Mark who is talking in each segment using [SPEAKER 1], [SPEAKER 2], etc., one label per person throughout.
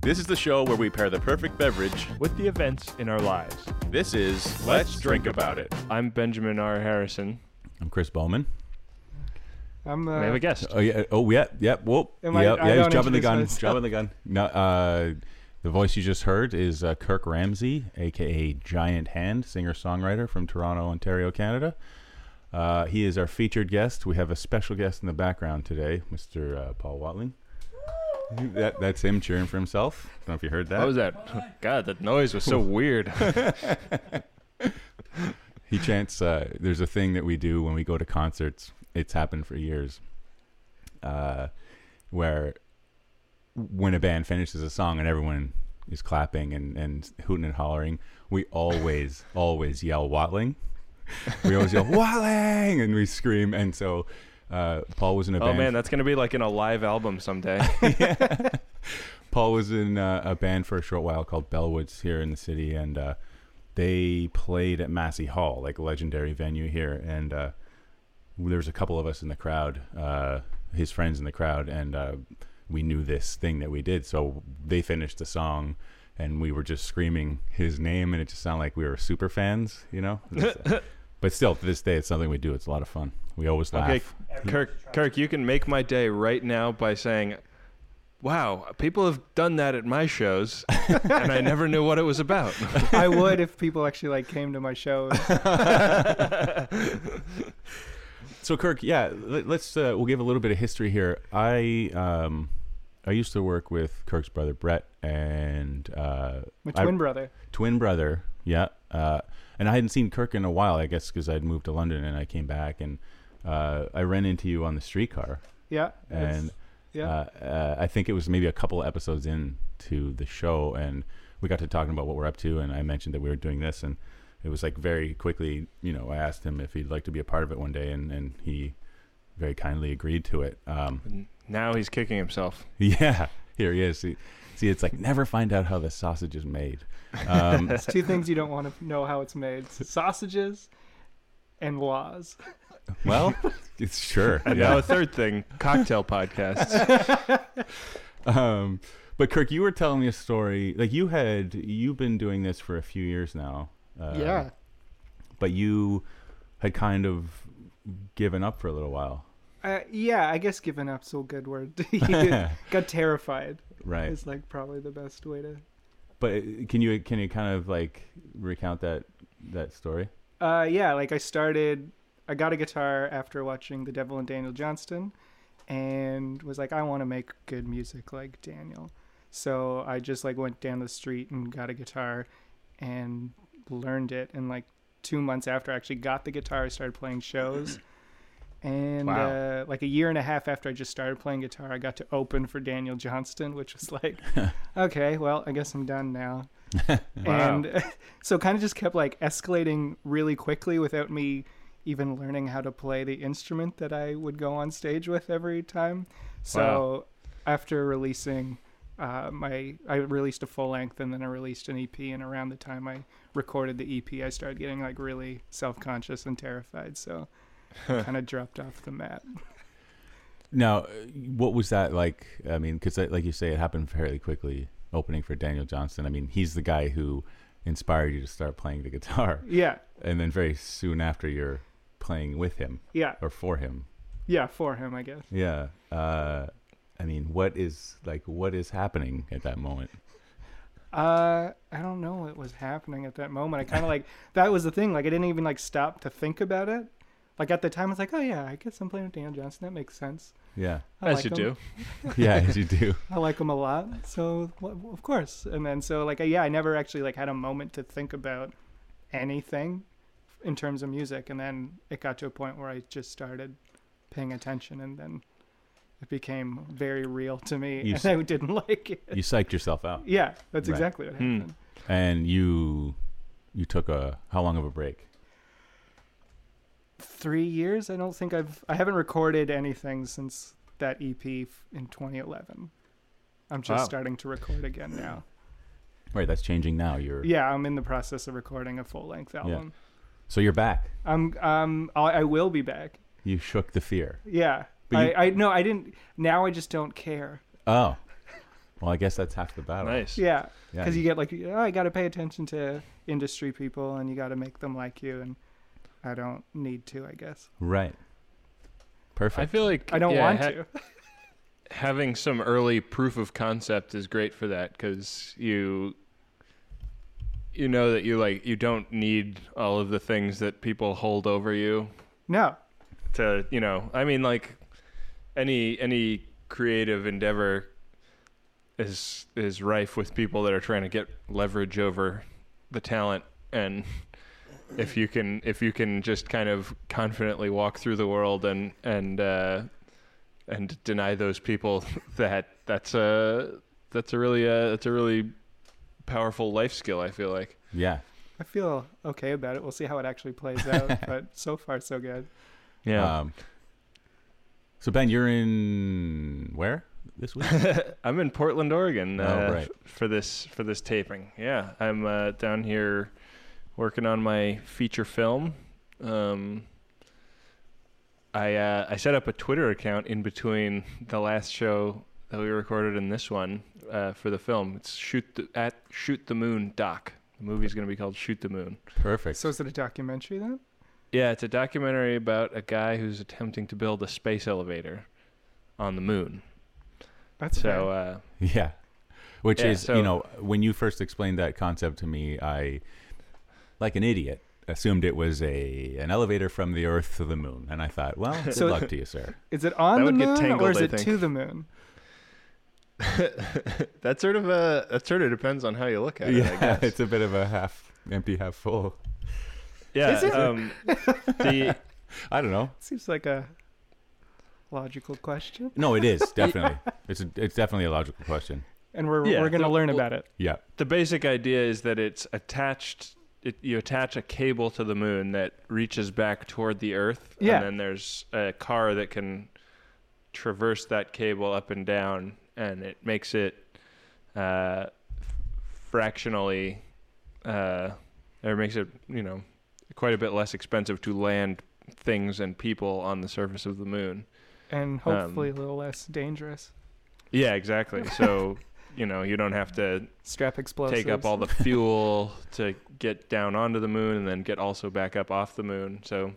[SPEAKER 1] This is the show where we pair the perfect beverage.
[SPEAKER 2] with the events in our lives.
[SPEAKER 1] This is Let's, Drink About It.
[SPEAKER 2] I'm Benjamin R. Harrison.
[SPEAKER 3] I'm Chris Bowman.
[SPEAKER 4] I'm uh,
[SPEAKER 2] I have a guest.
[SPEAKER 3] Oh yeah. Oh yeah. Yep. Whoa.
[SPEAKER 4] Am I-
[SPEAKER 3] yep.
[SPEAKER 4] I
[SPEAKER 3] yeah. He's
[SPEAKER 4] don't
[SPEAKER 3] jumping the
[SPEAKER 4] introduce
[SPEAKER 3] gun.
[SPEAKER 4] myself.
[SPEAKER 3] Jumping the gun. No. Uh, the voice you just heard is uh, Kirk Ramsey, aka Giant Hand, singer-songwriter from Toronto, Ontario, Canada. Uh, he is our featured guest. We have a special guest in the background today, Mr. Uh, Paul Watling. That, that's him cheering for himself. I don't know if you heard that.
[SPEAKER 2] What was that? God, that noise was so weird.
[SPEAKER 3] He chants. Uh, there's a thing that we do when we go to concerts. It's happened for years, uh, where when a band finishes a song and everyone is clapping and, and hooting and hollering, we always always yell Watling. We always yell Watling, and we scream. And so uh, Paul was in a
[SPEAKER 2] oh
[SPEAKER 3] band.
[SPEAKER 2] man, that's gonna be like in a live album someday.
[SPEAKER 3] Paul was in uh, a band for a short while called Bellwoods here in the city, and uh, they played at Massey Hall, like a legendary venue here. And uh, there was a couple of us in the crowd, uh, his friends in the crowd, and uh, we knew this thing that we did. So they finished the song, and we were just screaming his name, and it just sounded like we were super fans, you know. but still, to this day, it's something we do. It's a lot of fun. We always laugh.
[SPEAKER 2] Okay, Kirk, Kirk, you can make my day right now by saying, "Wow, people have done that at my shows, and I never knew what it was about."
[SPEAKER 4] I would if people actually like came to my show.
[SPEAKER 3] So Kirk, yeah, let- let's uh, we'll give a little bit of history here. I um, I used to work with Kirk's brother Brett and uh,
[SPEAKER 4] My
[SPEAKER 3] I-
[SPEAKER 4] twin brother.
[SPEAKER 3] twin brother, yeah. Uh, and I hadn't seen Kirk in a while, I guess, because I'd moved to London and I came back and uh, I ran into you on the streetcar,
[SPEAKER 4] Yeah. that's-
[SPEAKER 3] and
[SPEAKER 4] yeah.
[SPEAKER 3] uh, uh, I think it was maybe a couple episodes in to the show, and we got to talking about what we're up to, and I mentioned that we were doing this, and it was like very quickly, you know, I asked him if he'd like to be a part of it one day, and, and he very kindly agreed to it. Um,
[SPEAKER 2] now he's kicking himself.
[SPEAKER 3] yeah, here he is. See, see, it's like never find out how the sausage is made. Um,
[SPEAKER 4] it's two things you don't want to know how it's made: sausages and laws.
[SPEAKER 3] well, it's sure.
[SPEAKER 2] And now a third thing, cocktail podcasts.
[SPEAKER 3] um, but Kirk, you were telling me a story. Like you had, you've been doing this for a few years now. Uh,
[SPEAKER 4] yeah.
[SPEAKER 3] but you had kind of given up for a little while,
[SPEAKER 4] Uh, yeah. I guess giving up's a good word. Got terrified.
[SPEAKER 3] right?
[SPEAKER 4] It's like probably the best way to.
[SPEAKER 3] But uh, can you can you kind of like recount that that story?
[SPEAKER 4] Uh, yeah, like I started, I got a guitar after watching The Devil and Daniel Johnston and was like, I want to make good music like Daniel. So I just like went down the street and got a guitar and learned it. And like two months after I actually got the guitar, I started playing shows. And
[SPEAKER 2] Wow.
[SPEAKER 4] uh, like a year and a half after I just started playing guitar, I got to open for Daniel Johnston, which was like, okay, well, I guess I'm done now. And so kind of just kept like escalating really quickly without me even learning how to play the instrument that I would go on stage with every time. So after releasing uh, my, I released a full length and then I released an EP. And around the time I recorded the EP, I started getting like really self conscious and terrified. So kind of dropped off the map.
[SPEAKER 3] Now, uh, what was that like? I mean, because like you say, it happened fairly quickly. Opening for Daniel Johnston. I mean, he's the guy who inspired you to start playing the guitar,
[SPEAKER 4] Yeah.
[SPEAKER 3] and then very soon after, you're playing with him
[SPEAKER 4] Yeah.
[SPEAKER 3] or for him.
[SPEAKER 4] Yeah. For him, I guess.
[SPEAKER 3] Yeah. Uh, I mean, what is like what is happening at that moment?
[SPEAKER 4] Uh, I don't know what was happening at that moment. I kind of like that was the thing. Like I didn't even like stop to think about it. Like at the time, I was like, oh yeah, I guess I'm playing with Dan Johnson. That makes sense.
[SPEAKER 3] Yeah.
[SPEAKER 4] I
[SPEAKER 2] As
[SPEAKER 4] like
[SPEAKER 2] you
[SPEAKER 4] him.
[SPEAKER 2] do.
[SPEAKER 3] Yeah, as you do.
[SPEAKER 4] I like him a lot. So wh- of course. And then so like yeah, I never actually like had a moment to think about anything in terms of music. And then it got to a point where I just started paying attention, and then it became very real to me,
[SPEAKER 3] You
[SPEAKER 4] and
[SPEAKER 3] s-
[SPEAKER 4] I didn't like it.
[SPEAKER 3] You psyched yourself out,
[SPEAKER 4] Yeah, that's
[SPEAKER 3] Right.
[SPEAKER 4] exactly what
[SPEAKER 2] Hmm.
[SPEAKER 4] happened.
[SPEAKER 3] and you you took a how long of a break?
[SPEAKER 4] three years. I don't think I've I haven't recorded anything since that EP f- in 2011. I'm just
[SPEAKER 2] Wow.
[SPEAKER 4] starting to record again now.
[SPEAKER 3] Right, that's changing now. You're
[SPEAKER 4] Yeah, I'm in the process of recording a full length album.
[SPEAKER 3] so you're back.
[SPEAKER 4] I'm um I'll, I will be back.
[SPEAKER 3] You shook the fear.
[SPEAKER 4] Yeah.
[SPEAKER 3] But you-
[SPEAKER 4] I, I no I didn't now I just don't care.
[SPEAKER 3] Oh, Well, I guess that's half the battle.
[SPEAKER 2] Nice.
[SPEAKER 4] Yeah,
[SPEAKER 3] Yeah,
[SPEAKER 4] because you get like, oh, I got to pay attention to industry people, and you got to make them like you, and I don't need to, I guess.
[SPEAKER 3] right. Perfect.
[SPEAKER 2] I feel like
[SPEAKER 4] I don't
[SPEAKER 2] yeah,
[SPEAKER 4] want
[SPEAKER 2] ha-
[SPEAKER 4] to.
[SPEAKER 2] having some early proof of concept is great for that because you you know that you like you don't need all of the things that people hold over you
[SPEAKER 4] No,
[SPEAKER 2] to you know i mean like any any creative endeavor is is rife with people that are trying to get leverage over the talent and if you can if you can just kind of confidently walk through the world and and uh and deny those people that that's a that's a really uh that's a really powerful life skill i feel like
[SPEAKER 3] yeah.
[SPEAKER 4] I feel okay about it. We'll see how it actually plays out, but so far so good.
[SPEAKER 3] Um, so Ben, you're in where this week?
[SPEAKER 2] I'm in Portland, Oregon,
[SPEAKER 3] Oh,
[SPEAKER 2] uh,
[SPEAKER 3] right.
[SPEAKER 2] f- for this for this taping. Yeah, I'm uh, down here working on my feature film. Um, I uh, I set up a Twitter account in between the last show that we recorded and this one uh, for the film. It's shoot the, at shoot the moon doc. The movie's going to be called Shoot the Moon.
[SPEAKER 3] Perfect.
[SPEAKER 4] So is it a documentary then?
[SPEAKER 2] Yeah, it's a documentary about a guy who's attempting to build a space elevator on the moon.
[SPEAKER 4] That's
[SPEAKER 2] So
[SPEAKER 4] so.
[SPEAKER 2] uh,
[SPEAKER 3] yeah. Which
[SPEAKER 2] Yeah,
[SPEAKER 3] is,
[SPEAKER 2] so-
[SPEAKER 3] you know, when you first explained that concept to me, I, like an idiot, assumed it was a an elevator from the Earth to the Moon, and I thought, well, good
[SPEAKER 4] So-
[SPEAKER 3] luck to you, sir.
[SPEAKER 4] Is it on
[SPEAKER 2] that
[SPEAKER 4] the
[SPEAKER 2] would get
[SPEAKER 4] moon or
[SPEAKER 2] tangled,
[SPEAKER 4] is
[SPEAKER 2] I
[SPEAKER 4] it
[SPEAKER 2] think.
[SPEAKER 4] to the moon?
[SPEAKER 2] that sort of uh, that sort of depends on how you look at it. I
[SPEAKER 3] yeah,
[SPEAKER 2] guess.
[SPEAKER 3] it's a bit of a half empty, half full.
[SPEAKER 2] yeah.
[SPEAKER 4] Is it?
[SPEAKER 2] Um, the
[SPEAKER 3] I don't know.
[SPEAKER 4] Seems like a logical question.
[SPEAKER 3] No, it is definitely. it's a, it's definitely a logical question.
[SPEAKER 4] And we're,
[SPEAKER 2] Yeah,
[SPEAKER 4] we're going to
[SPEAKER 2] so-
[SPEAKER 4] learn
[SPEAKER 2] well-
[SPEAKER 4] about it.
[SPEAKER 3] Yeah.
[SPEAKER 2] the basic idea is that it's attached. It, you attach a cable to the moon that reaches back toward the Earth,
[SPEAKER 4] Yeah.
[SPEAKER 2] and then there's a car that can traverse that cable up and down, and it makes it uh, f- fractionally, uh, or makes it you know quite a bit less expensive to land things and people on the surface of the moon.
[SPEAKER 4] And
[SPEAKER 2] Um,
[SPEAKER 4] hopefully a little less dangerous.
[SPEAKER 2] Yeah, exactly. So, you know, you don't have to
[SPEAKER 4] Strap explosives.
[SPEAKER 2] take up all the fuel to get down onto the moon and then get also back up off the moon. So,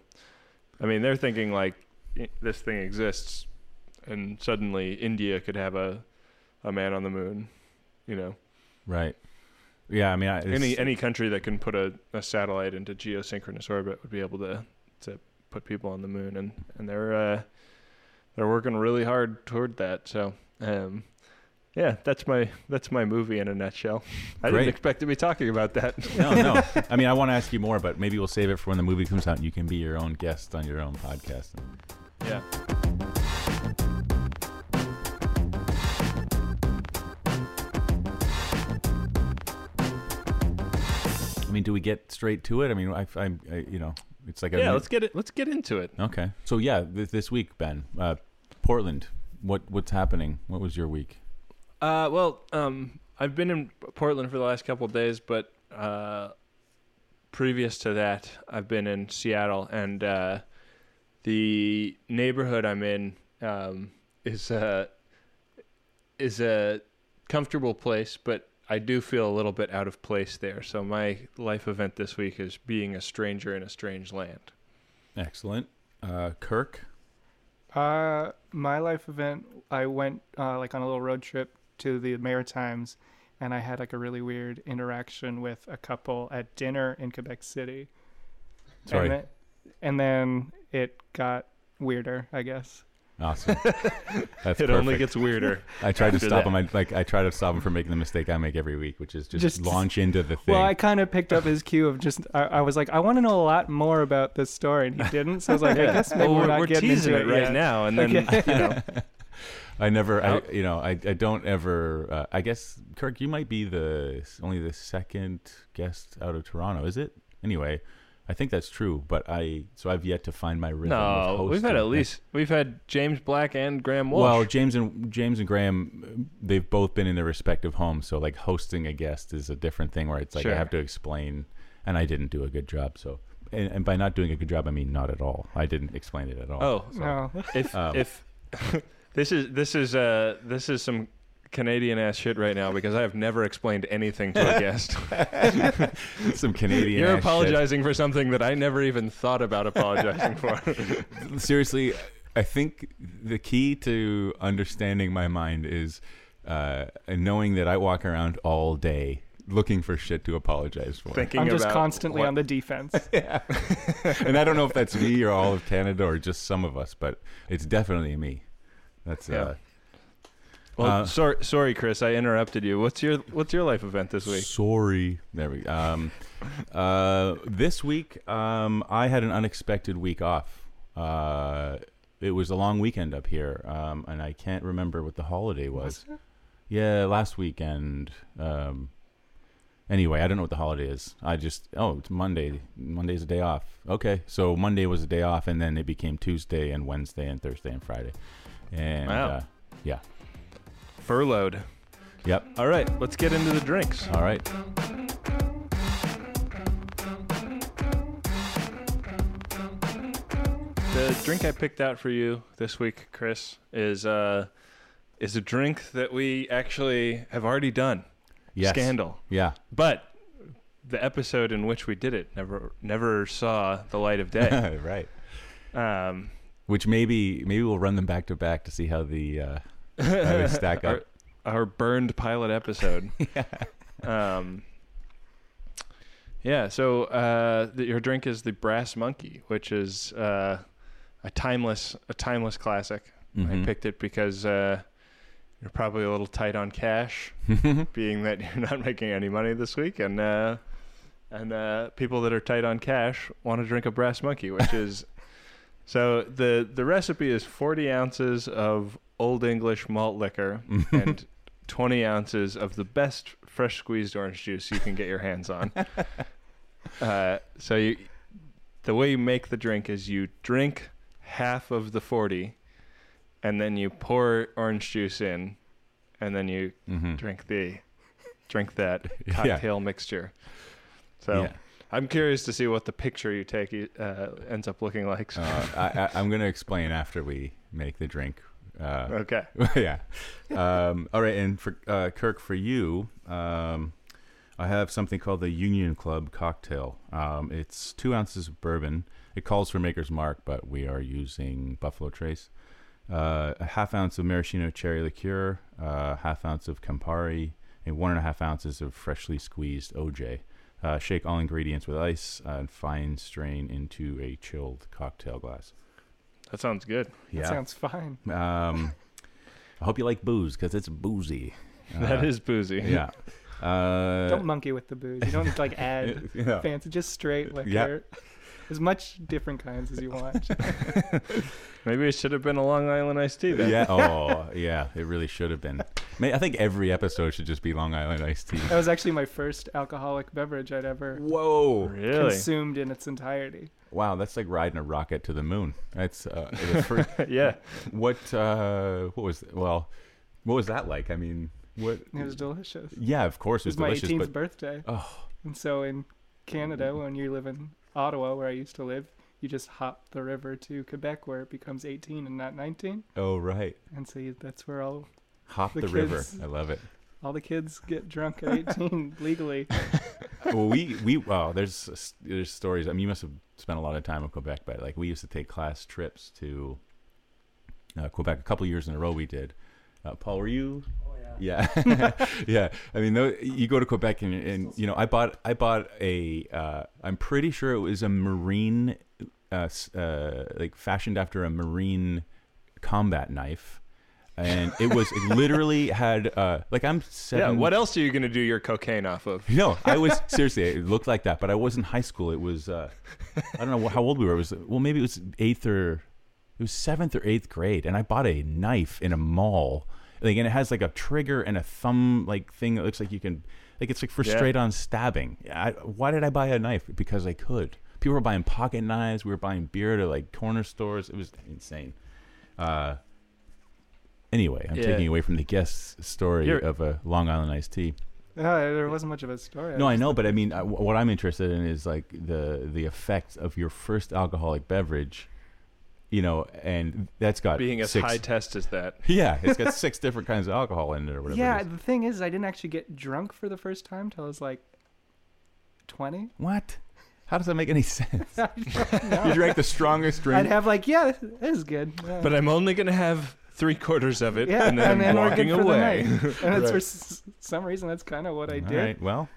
[SPEAKER 2] I mean, they're thinking like i- this thing exists and suddenly India could have a a man on the moon, you know.
[SPEAKER 3] Right. Yeah. I mean, I, it's,
[SPEAKER 2] Any any country that can put a, a satellite into geosynchronous orbit would be able to to put people on the moon and and they're uh, they're working really hard toward that. So um, yeah, that's my that's my movie in a nutshell. I
[SPEAKER 3] Great.
[SPEAKER 2] didn't expect to be talking about that.
[SPEAKER 3] no, no. I mean, I want to ask you more, but maybe we'll save it for when the movie comes out. and You can be your own guest on your own podcast.
[SPEAKER 2] yeah.
[SPEAKER 3] I mean, do we get straight to it? I mean, I, I, I you know, it's like a
[SPEAKER 2] Yeah, let's get it let's get into it.
[SPEAKER 3] okay. So yeah, th- this week, Ben, uh, Portland. What what's happening? What was your week?
[SPEAKER 2] Uh, well, um, I've been in Portland for the last couple of days, but uh, previous to that, I've been in Seattle, and uh, the neighborhood I'm in um, is a is a comfortable place, but I do feel a little bit out of place there. So my life event this week is being a stranger in a strange land.
[SPEAKER 3] Excellent. Uh, Kirk.
[SPEAKER 4] Uh, my life event, I went uh, like on a little road trip to the Maritimes, and I had like a really weird interaction with a couple at dinner in Quebec City.
[SPEAKER 3] Sorry.
[SPEAKER 4] And, the- and then it got weirder, I guess.
[SPEAKER 3] Awesome. That's
[SPEAKER 2] It only
[SPEAKER 3] perfect.
[SPEAKER 2] gets weirder.
[SPEAKER 3] I tried to
[SPEAKER 2] after
[SPEAKER 3] stop
[SPEAKER 2] that.
[SPEAKER 3] him. I, like I try to stop him from making the mistake I make every week, which is just,
[SPEAKER 4] Just-
[SPEAKER 3] launch into the thing.
[SPEAKER 4] Well, I kind of picked up his cue of just I, I was like, I want to know a lot more about this story, and he didn't. So I was like, I guess maybe
[SPEAKER 2] Well,
[SPEAKER 4] we're,
[SPEAKER 2] we're,
[SPEAKER 4] not
[SPEAKER 2] we're
[SPEAKER 4] getting
[SPEAKER 2] teasing
[SPEAKER 4] into
[SPEAKER 2] it
[SPEAKER 4] it,
[SPEAKER 2] right
[SPEAKER 4] yet.
[SPEAKER 2] now, and then
[SPEAKER 4] Okay.
[SPEAKER 2] you know.
[SPEAKER 3] I never, I,
[SPEAKER 2] Out.
[SPEAKER 3] you know, I, I don't ever. Uh, I guess Kirk, you might be the only the second guest out of Toronto, is it? Anyway, I think that's true. But I, so I've yet to find my rhythm. of
[SPEAKER 2] No,
[SPEAKER 3] hosting.
[SPEAKER 2] we've had at least we've had James Black and Graham Walsh.
[SPEAKER 3] Well, James and James and Graham, they've both been in their respective homes, so like hosting a guest is a different thing where it's like I
[SPEAKER 2] Sure.
[SPEAKER 3] have to explain, and I didn't do a good job. So, and, and by not doing a good job, I mean not at all. I didn't explain it at all.
[SPEAKER 2] oh,
[SPEAKER 3] so.
[SPEAKER 4] No,
[SPEAKER 2] if
[SPEAKER 3] Um,
[SPEAKER 2] if this is this is uh this is some Canadian ass shit right now because I have never explained anything to a guest.
[SPEAKER 3] Some Canadian.
[SPEAKER 2] You're
[SPEAKER 3] ass shit.
[SPEAKER 2] apologizing for something that I never even thought about apologizing for.
[SPEAKER 3] seriously, I think the key to understanding my mind is uh, knowing that I walk around all day looking for shit to apologize for.
[SPEAKER 2] Thinking
[SPEAKER 4] I'm just
[SPEAKER 2] about
[SPEAKER 4] constantly
[SPEAKER 2] what-
[SPEAKER 4] on the defense.
[SPEAKER 3] and I don't know if that's me or all of Canada or just some of us, but it's definitely me. That's uh,
[SPEAKER 2] Well,
[SPEAKER 3] Uh,
[SPEAKER 2] sorry, sorry, Chris, I interrupted you. What's your What's your life event this week?
[SPEAKER 3] sorry. There we um, uh, This week, um, I had an unexpected week off. Uh, it was a long weekend up here, um, and I can't remember what the holiday was. Yeah, last weekend. Um, anyway, I don't know what the holiday is. I just oh, it's Monday. Monday's a day off. Okay, so Monday was a day off, and then it became Tuesday and Wednesday and Thursday and Friday. And
[SPEAKER 2] Wow.
[SPEAKER 3] uh, yeah,
[SPEAKER 2] Furloughed.
[SPEAKER 3] yep.
[SPEAKER 2] All right, let's get into the drinks.
[SPEAKER 3] All right.
[SPEAKER 2] The drink I picked out for you this week, Chris, is uh, is a drink that we actually have already done.
[SPEAKER 3] Yes.
[SPEAKER 2] Scandal.
[SPEAKER 3] Yeah.
[SPEAKER 2] But the episode in which we did it never never saw the light of day.
[SPEAKER 3] right.
[SPEAKER 2] um,
[SPEAKER 3] Which maybe maybe we'll run them back to back to see how the uh, how they stack up.
[SPEAKER 2] our, our burned pilot episode. yeah. Um, yeah. So uh, the, your drink is the Brass Monkey, which is uh, a timeless a timeless classic. I
[SPEAKER 3] Mhm.
[SPEAKER 2] picked it because uh, you're probably a little tight on cash,
[SPEAKER 3] Mm-hmm.
[SPEAKER 2] being that you're not making any money this week, and uh, and uh, people that are tight on cash want to drink a brass monkey, which is so the the recipe is 40 ounces of Old English malt liquor and 20 ounces of the best fresh squeezed orange juice you can get your hands on. uh, so you, the way you make the drink is you drink half of the 40 and then you pour orange juice in and then you
[SPEAKER 3] Mhm.
[SPEAKER 2] drink the drink that
[SPEAKER 3] Yeah.
[SPEAKER 2] cocktail mixture so
[SPEAKER 3] Yeah.
[SPEAKER 2] i'm curious to see what the picture you take uh, ends up looking like
[SPEAKER 3] Uh, I, I, I'm going to explain after we make the drink. Uh,
[SPEAKER 2] okay
[SPEAKER 3] yeah. Um, all right, and for uh, Kirk, for you, um, I have something called the Union Club cocktail. Um, it's two ounces of bourbon. It calls for Maker's Mark, but we are using Buffalo Trace. Uh, a half ounce of maraschino cherry liqueur, uh, half ounce of Campari, and one and a half ounces of freshly squeezed OJ. Uh, shake all ingredients with ice uh, and fine strain into a chilled cocktail glass.
[SPEAKER 2] that sounds good
[SPEAKER 4] That sounds fine.
[SPEAKER 3] Um, I hope you like booze because it's boozy.
[SPEAKER 2] that is boozy
[SPEAKER 3] uh, Yeah. Uh,
[SPEAKER 4] don't monkey with the booze. You don't like add
[SPEAKER 3] yeah.
[SPEAKER 4] fancy, just straight liquor.
[SPEAKER 3] Yeah.
[SPEAKER 4] As much different kinds as you want.
[SPEAKER 2] maybe it should have been a long island iced tea then.
[SPEAKER 3] Yeah. Oh, yeah. It really should have been. May- I think every episode should just be Long Island iced tea.
[SPEAKER 4] That was actually my first alcoholic beverage I'd ever
[SPEAKER 3] Whoa!
[SPEAKER 2] really
[SPEAKER 4] consumed in its entirety.
[SPEAKER 3] Wow, that's like riding a rocket to the moon. That's uh, the first,
[SPEAKER 2] yeah
[SPEAKER 3] what. Uh, what was well? What was that like? I mean, what?
[SPEAKER 4] It was delicious. It
[SPEAKER 3] Yeah, of course it was
[SPEAKER 4] was my
[SPEAKER 3] delicious,
[SPEAKER 4] 18th
[SPEAKER 3] but
[SPEAKER 4] birthday.
[SPEAKER 3] oh,
[SPEAKER 4] And so in Canada, when you live in Ottawa, where I used to live, you just hop the river to Quebec, where it becomes 18 and not 19.
[SPEAKER 3] oh right,
[SPEAKER 4] And so you, that's where all
[SPEAKER 3] hop the,
[SPEAKER 4] The
[SPEAKER 3] river.
[SPEAKER 4] kids-
[SPEAKER 3] I love it.
[SPEAKER 4] all the kids get drunk at 18 legally.
[SPEAKER 3] well, we we wow. There's there's stories. I mean, you must have spent a lot of time in Quebec, but like we used to take class trips to uh, Quebec a couple years in a row. We did. Uh, Paul, were you? Oh yeah. Yeah, yeah. I mean, tho- you go to Quebec and, and you know, I bought I bought a. Uh, I'm pretty sure it was a marine, uh, s- uh, like fashioned after a marine combat knife. And it was it literally had uh, like I'm
[SPEAKER 2] yeah
[SPEAKER 3] seven.
[SPEAKER 2] what else are you gonna do your cocaine off of
[SPEAKER 3] No, I was seriously. It looked like that, but I was in high school. It was uh, I don't know wh- how old we were. It was well, maybe it was eighth or it was seventh or eighth grade, and I bought a knife in a mall. Like, and it has like a trigger and a thumb like thing that looks like you can like it's like for
[SPEAKER 2] Yeah.
[SPEAKER 3] straight on stabbing. I, why did I buy a knife? Because I could. People were buying pocket knives. We were buying beer to like corner stores. It was insane. Uh, anyway, I'm
[SPEAKER 2] Yeah.
[SPEAKER 3] taking away from the guest's story
[SPEAKER 2] You're-
[SPEAKER 3] of a Long Island iced tea.
[SPEAKER 4] No, there wasn't much of a story.
[SPEAKER 3] No, I know, but I mean, I, wh- what I'm interested in is like the the effects of your first alcoholic beverage you know, and that's got
[SPEAKER 2] Being as
[SPEAKER 3] six,
[SPEAKER 2] high test as that.
[SPEAKER 3] yeah, it's got six different kinds of alcohol in it or whatever. it
[SPEAKER 4] yeah,
[SPEAKER 3] is.
[SPEAKER 4] the thing is, I didn't actually get drunk for the first time till I was like twenty.
[SPEAKER 3] What? How does that make any sense?
[SPEAKER 4] I
[SPEAKER 3] you drank the strongest drink.
[SPEAKER 4] I'd have like, yeah, this, this is good. Yeah.
[SPEAKER 2] But I'm only gonna have three quarters of it,
[SPEAKER 4] yeah,
[SPEAKER 2] and then I'm
[SPEAKER 4] we're
[SPEAKER 2] walking
[SPEAKER 4] good for the
[SPEAKER 2] away.
[SPEAKER 4] night. and
[SPEAKER 2] Right.
[SPEAKER 4] that's for s- some reason that's kind of what I
[SPEAKER 3] All
[SPEAKER 4] did.
[SPEAKER 3] right, well,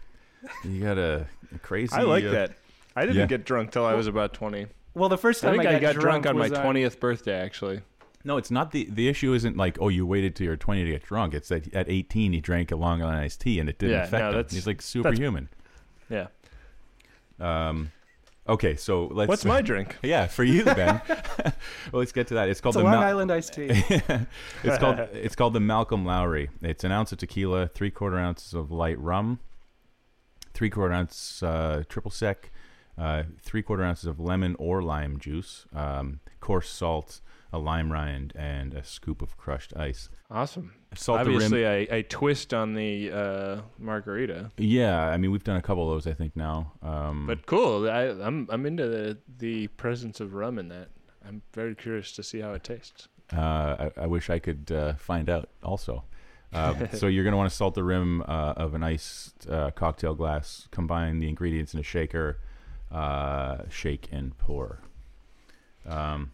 [SPEAKER 3] you got a a crazy.
[SPEAKER 2] I like
[SPEAKER 3] uh,
[SPEAKER 2] that. I didn't
[SPEAKER 3] yeah.
[SPEAKER 2] get drunk till I was about 20.
[SPEAKER 4] Well, the first
[SPEAKER 2] I
[SPEAKER 4] time
[SPEAKER 2] think
[SPEAKER 4] I,
[SPEAKER 2] I got drunk, on my
[SPEAKER 4] was uh,
[SPEAKER 2] 20th birthday, actually.
[SPEAKER 3] No, it's not the the issue. Isn't like oh, you waited till you're 20 to get drunk. It's that at 18 he drank a Long Island iced tea and it didn't
[SPEAKER 2] Yeah,
[SPEAKER 3] affect
[SPEAKER 2] no,
[SPEAKER 3] him.
[SPEAKER 2] that's-
[SPEAKER 3] He's like superhuman.
[SPEAKER 2] Yeah.
[SPEAKER 3] Um, okay, so let's.
[SPEAKER 2] What's my drink?
[SPEAKER 3] Yeah, for you, Ben. well, let's get to that. It's called
[SPEAKER 4] It's
[SPEAKER 3] the
[SPEAKER 4] a Long
[SPEAKER 3] Mal-
[SPEAKER 4] Island iced tea.
[SPEAKER 3] it's called it's called the Malcolm Lowry. It's an ounce of tequila, three quarter ounces of light rum, three quarter ounce uh, triple sec, uh, three quarter ounces of lemon or lime juice, um, coarse salt, a lime rind, and a scoop of crushed ice.
[SPEAKER 2] Awesome.
[SPEAKER 3] Salt the rim.
[SPEAKER 2] Obviously, I, I twist on the uh, margarita,
[SPEAKER 3] Yeah, I mean we've done a couple of those I think now. Um,
[SPEAKER 2] but cool. I, I'm I'm into the the presence of rum in that. I'm very curious to see how it tastes.
[SPEAKER 3] Uh, I, I wish I could uh, find out also. Uh, so you're going to want to salt the rim uh, of an iced uh, cocktail glass, combine the ingredients in a shaker, uh, shake and pour. Um,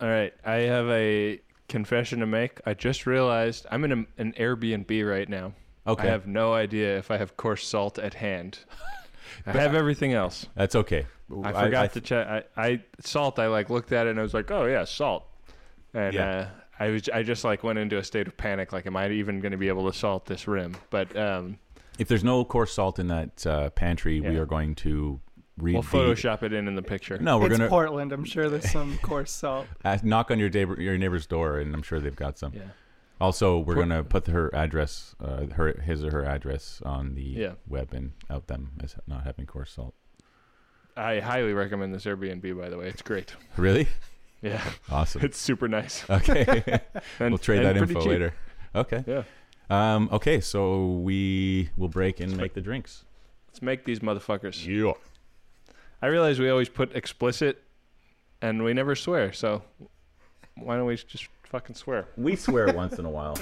[SPEAKER 2] All right, I have a confession to make. I just realized I'm in a, an Airbnb right now.
[SPEAKER 3] okay,
[SPEAKER 2] I have no idea if I have coarse salt at hand. I have everything else.
[SPEAKER 3] that's okay.
[SPEAKER 2] I forgot
[SPEAKER 3] I-
[SPEAKER 2] to check. I, I salt. I like looked at it and I was like, oh yeah, salt. And
[SPEAKER 3] Yeah.
[SPEAKER 2] uh, I was I just like went into a state of panic. Like, am I even going to be able to salt this rim? But um,
[SPEAKER 3] if there's no coarse salt in that uh, pantry, we
[SPEAKER 2] Yeah.
[SPEAKER 3] are going to read.
[SPEAKER 2] we'll
[SPEAKER 3] the-
[SPEAKER 2] Photoshop it in in the picture.
[SPEAKER 3] No, we're
[SPEAKER 4] it's
[SPEAKER 3] going to
[SPEAKER 4] Portland. I'm sure there's some coarse salt.
[SPEAKER 3] knock on your neighbor, your neighbor's door, and I'm sure they've got some.
[SPEAKER 2] Yeah.
[SPEAKER 3] Also, we're
[SPEAKER 2] Put-
[SPEAKER 3] gonna put her address, uh, her his or her address on the
[SPEAKER 2] Yeah.
[SPEAKER 3] web and out them as not having coarse salt.
[SPEAKER 2] I highly recommend this Airbnb. By the way, it's great.
[SPEAKER 3] Really
[SPEAKER 2] Yeah,
[SPEAKER 3] awesome.
[SPEAKER 2] it's super nice.
[SPEAKER 3] okay,
[SPEAKER 2] And,
[SPEAKER 3] we'll trade
[SPEAKER 2] and
[SPEAKER 3] that
[SPEAKER 2] pretty
[SPEAKER 3] info
[SPEAKER 2] cheap.
[SPEAKER 3] later. Okay.
[SPEAKER 2] Yeah,
[SPEAKER 3] Um, okay, so we will break and make the drinks.
[SPEAKER 2] let's make these motherfuckers.
[SPEAKER 3] Yeah.
[SPEAKER 2] I realize we always put explicit, and we never swear. So why don't we just fucking swear?
[SPEAKER 3] We swear once in a while.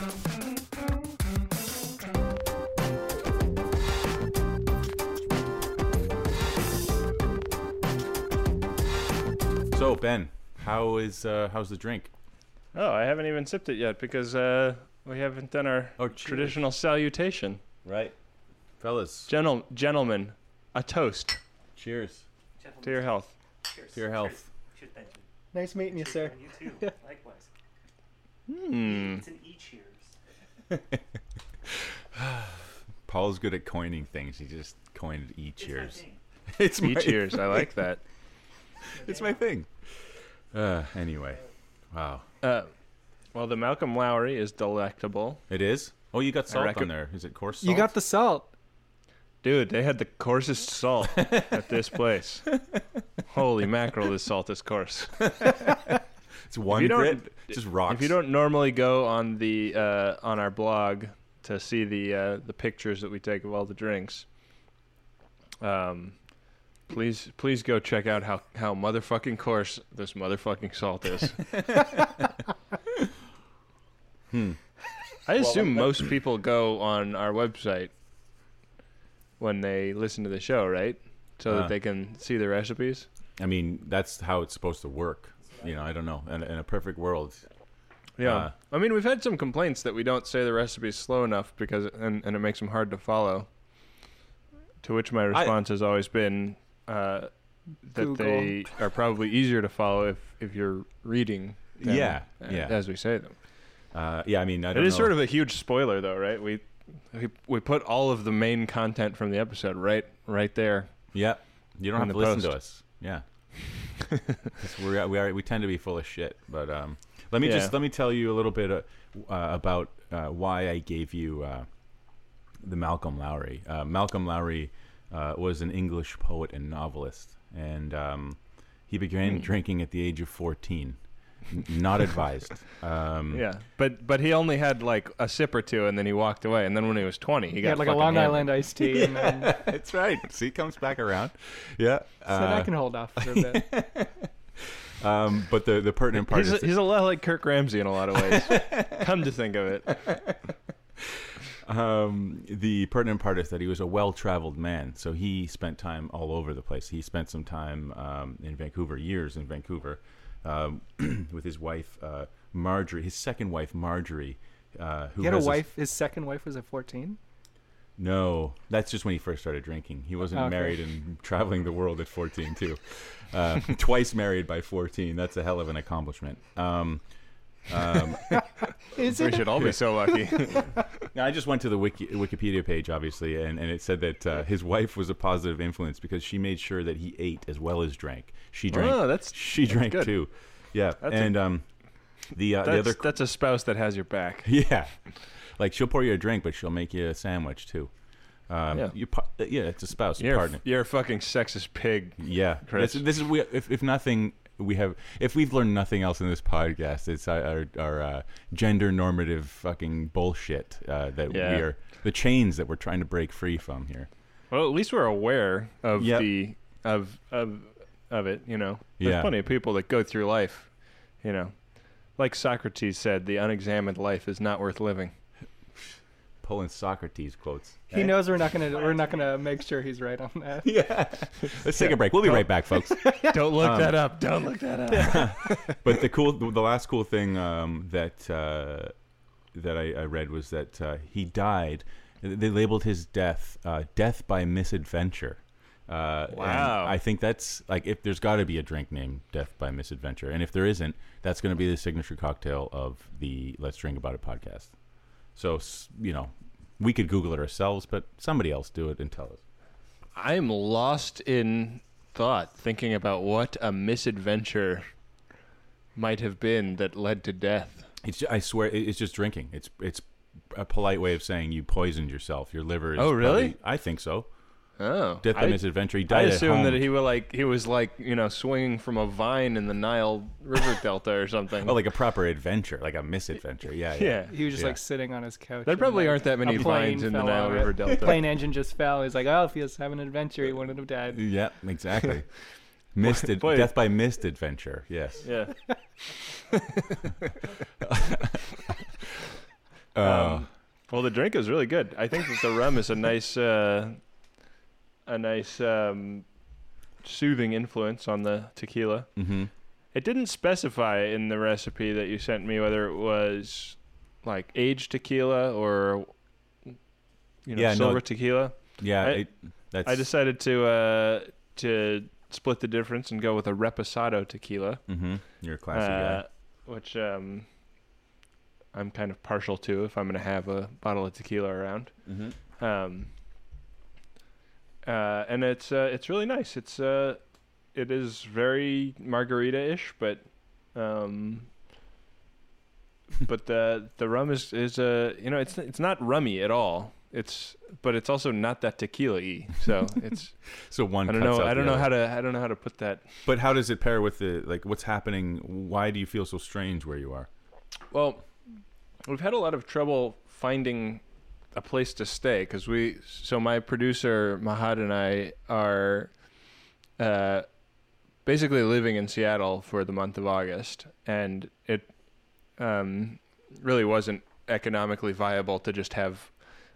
[SPEAKER 3] So Ben, how is uh, how's the drink?
[SPEAKER 2] Oh, I haven't even sipped it yet because uh, we haven't done our
[SPEAKER 3] Oh,
[SPEAKER 2] traditional salutation.
[SPEAKER 3] Right. Fellas,
[SPEAKER 2] Gentle- gentlemen, a toast
[SPEAKER 3] cheers
[SPEAKER 2] to your health.
[SPEAKER 3] to your health.
[SPEAKER 5] Cheers, Benjamin.
[SPEAKER 4] Nice meeting you, sir.
[SPEAKER 5] And you too. Likewise.
[SPEAKER 2] Hmm.
[SPEAKER 5] It's an e cheers.
[SPEAKER 3] Paul's good at coining things. He just coined e
[SPEAKER 5] It's my
[SPEAKER 3] cheers.
[SPEAKER 5] thing.
[SPEAKER 3] It's
[SPEAKER 2] E cheers. I like that.
[SPEAKER 3] It's my thing. Uh, anyway, wow,
[SPEAKER 2] Uh, well, the Malcolm Lowry is delectable.
[SPEAKER 3] it is. Oh, you got salt on
[SPEAKER 2] reckon-
[SPEAKER 3] there. Is it coarse salt?
[SPEAKER 4] You got the salt.
[SPEAKER 2] Dude, they had the coarsest salt at this place. Holy mackerel, this salt is coarse.
[SPEAKER 3] it's one
[SPEAKER 2] you don't-
[SPEAKER 3] grit. Just rocks.
[SPEAKER 2] If you don't normally go on the uh, on our blog to see the uh, the pictures that we take of all the drinks, um, please please go check out how how motherfucking coarse this motherfucking salt is. I assume most people go on our website when they listen to the show, right? So
[SPEAKER 3] Uh.
[SPEAKER 2] that they can see the recipes.
[SPEAKER 3] I mean, that's how it's supposed to work. You know, I don't know. In, in a perfect world,
[SPEAKER 2] Yeah.
[SPEAKER 3] Uh,
[SPEAKER 2] I mean, we've had some complaints that we don't say the recipes slow enough because and, and it makes them hard to follow. To which my response has always been uh, that
[SPEAKER 4] Google.
[SPEAKER 2] they are probably easier to follow if, if you're reading. Them
[SPEAKER 3] Yeah,
[SPEAKER 2] a-
[SPEAKER 3] yeah.
[SPEAKER 2] As we say them,
[SPEAKER 3] uh, yeah. I mean, I
[SPEAKER 2] it
[SPEAKER 3] don't
[SPEAKER 2] is
[SPEAKER 3] know.
[SPEAKER 2] sort of a huge spoiler, though, right? We, we we put all of the main content from the episode right right there.
[SPEAKER 3] Yeah, you don't
[SPEAKER 2] on
[SPEAKER 3] have to
[SPEAKER 2] the
[SPEAKER 3] listen to
[SPEAKER 2] post.
[SPEAKER 3] us. Yeah, 'Cause we're, we are we tend to be full of shit. But um, let me just
[SPEAKER 2] Yeah.
[SPEAKER 3] let me tell you a little bit uh, uh, about uh, why I gave you uh, the Malcolm Lowry. Uh, Malcolm Lowry uh, was an English poet and novelist, and um, he
[SPEAKER 2] Hmm.
[SPEAKER 3] began drinking at the age of fourteen. N- Not advised. Um,
[SPEAKER 2] Yeah, but but he only had like a sip or two, and then he walked away. And then when he was twenty, he
[SPEAKER 4] You
[SPEAKER 2] got
[SPEAKER 4] got like a
[SPEAKER 2] fucking
[SPEAKER 4] Long
[SPEAKER 2] hammered.
[SPEAKER 4] Island iced tea. And then said
[SPEAKER 3] That's right. See, comes back around. Yeah.
[SPEAKER 4] I
[SPEAKER 3] uh,
[SPEAKER 4] can hold off for a bit.
[SPEAKER 3] Um, but the the pertinent part
[SPEAKER 2] He's
[SPEAKER 3] is
[SPEAKER 2] a, he's a lot like Kirk Ramsey in a lot of ways. Come to think of it,
[SPEAKER 3] um, the pertinent part is that he was a well-traveled man, so he spent time all over the place. He spent some time um, in Vancouver, years in Vancouver, um, with his wife uh, Marjorie, his second wife Marjorie, uh, who
[SPEAKER 4] He had a
[SPEAKER 3] has
[SPEAKER 4] wife. His second wife was at 14.
[SPEAKER 3] no, that's just when he first started drinking. He wasn't
[SPEAKER 4] Okay.
[SPEAKER 3] married and traveling the world at 14 too. Uh, twice married by 14. That's a hell of an accomplishment. Um,
[SPEAKER 4] Is
[SPEAKER 2] we
[SPEAKER 4] it?
[SPEAKER 2] should all be so lucky.
[SPEAKER 3] Now, I just went to the Wiki, Wikipedia page, obviously, and, and it said that uh, his wife was a positive influence because she made sure that he ate as well as drank. She drank.
[SPEAKER 2] Oh, that's-
[SPEAKER 3] she drank
[SPEAKER 2] good.
[SPEAKER 3] too. Yeah,
[SPEAKER 2] That's a-
[SPEAKER 3] and um, the uh, the
[SPEAKER 2] That's,
[SPEAKER 3] other
[SPEAKER 2] that's a spouse that has your back.
[SPEAKER 3] yeah, like she'll pour you a drink, but she'll make you a sandwich too. Um,
[SPEAKER 2] Yeah.
[SPEAKER 3] you par- yeah, it's a spouse
[SPEAKER 2] You're, a f-
[SPEAKER 3] partner.
[SPEAKER 2] you're a fucking sexist pig.
[SPEAKER 3] Yeah,
[SPEAKER 2] Chris.
[SPEAKER 3] This, this is we. If, if nothing, we have. If we've learned nothing else in this podcast, it's our our, our uh, gender normative fucking bullshit uh, that
[SPEAKER 2] Yeah.
[SPEAKER 3] we are the chains that we're trying to break free from here.
[SPEAKER 2] Well, at least we're aware of
[SPEAKER 3] Yep.
[SPEAKER 2] the of of of it. You know, there's
[SPEAKER 3] Yeah.
[SPEAKER 2] plenty of people that go through life. You know, like Socrates said, the unexamined life is not worth living.
[SPEAKER 3] Pulling Socrates quotes.
[SPEAKER 4] He knows we're not gonna we're not gonna make sure he's right on that.
[SPEAKER 3] Yeah. Let's take a break. We'll be right back, folks.
[SPEAKER 2] Don't look
[SPEAKER 3] Um,
[SPEAKER 2] that up. Don't look that up.
[SPEAKER 3] but the cool, the last cool thing um, that uh, that I, I read was that uh, he died. They labeled his death uh, "death by misadventure." Uh, and
[SPEAKER 2] Wow.
[SPEAKER 3] I think that's like if there's got to be a drink named "Death by Misadventure," and if there isn't, that's going to be the signature cocktail of the "Let's Drink About It" podcast. So s- you know, we could Google it ourselves, but somebody else do it and tell us.
[SPEAKER 2] I'm lost in thought, thinking about what a misadventure might have been that led to death.
[SPEAKER 3] It's ju- I swear it- it's just drinking. It's it's a polite way of saying you poisoned yourself. Your liver. is
[SPEAKER 2] Oh, really?
[SPEAKER 3] probably- I think so.
[SPEAKER 2] Oh,
[SPEAKER 3] Death by
[SPEAKER 2] I-
[SPEAKER 3] misadventure. He
[SPEAKER 2] I
[SPEAKER 3] died at
[SPEAKER 2] assume
[SPEAKER 3] home.
[SPEAKER 2] that he was like he was like you know swinging from a vine in the Nile River Delta or something.
[SPEAKER 3] Oh, like a proper adventure, like a misadventure. Yeah, yeah.
[SPEAKER 2] yeah,
[SPEAKER 4] He was just
[SPEAKER 3] Yeah.
[SPEAKER 4] like sitting on his couch.
[SPEAKER 2] there
[SPEAKER 4] and,
[SPEAKER 2] probably
[SPEAKER 4] like,
[SPEAKER 2] aren't that many
[SPEAKER 4] a plane
[SPEAKER 2] vines in the
[SPEAKER 4] fell
[SPEAKER 2] Nile
[SPEAKER 4] on it.
[SPEAKER 2] River Delta.
[SPEAKER 4] Plane engine just fell. He's like, oh, if he was having an adventure, he wouldn't have died.
[SPEAKER 3] Yeah, exactly. Missed it.
[SPEAKER 2] boy.
[SPEAKER 3] Death by missed adventure. Yes.
[SPEAKER 2] Yeah. Um,
[SPEAKER 3] Uh,
[SPEAKER 2] Well, the drink is really good. I think that the rum is a nice, uh, a nice um, soothing influence on the tequila.
[SPEAKER 3] mhm.
[SPEAKER 2] It didn't specify in the recipe that you sent me whether it was like aged tequila or you know
[SPEAKER 3] Yeah, no,
[SPEAKER 2] silver tequila.
[SPEAKER 3] Yeah.
[SPEAKER 2] I-
[SPEAKER 3] it, that's.
[SPEAKER 2] I decided to uh, to split the difference and go with a reposado tequila,
[SPEAKER 3] mhm. You're a classy
[SPEAKER 2] uh,
[SPEAKER 3] guy.
[SPEAKER 2] which um, I'm kind of partial to if I'm going to have a bottle of tequila around.
[SPEAKER 3] Mhm.
[SPEAKER 2] Um, uh, and it's uh, it's really nice. It's uh, it is very margarita-ish, but um, but the the rum is is uh, you know it's it's not rummy at all. It's but it's also not that tequila-y. So it's
[SPEAKER 3] So one.
[SPEAKER 2] I don't
[SPEAKER 3] cuts
[SPEAKER 2] know
[SPEAKER 3] out
[SPEAKER 2] I
[SPEAKER 3] the
[SPEAKER 2] don't know
[SPEAKER 3] other.
[SPEAKER 2] how to I don't know how to put that.
[SPEAKER 3] But how does it pair with the like? What's happening? Why do you feel so strange where you are?
[SPEAKER 2] Well, we've had a lot of trouble finding a place to stay because we. So my producer Mahad and I are uh, basically living in Seattle for the month of August, and it um, really wasn't economically viable to just have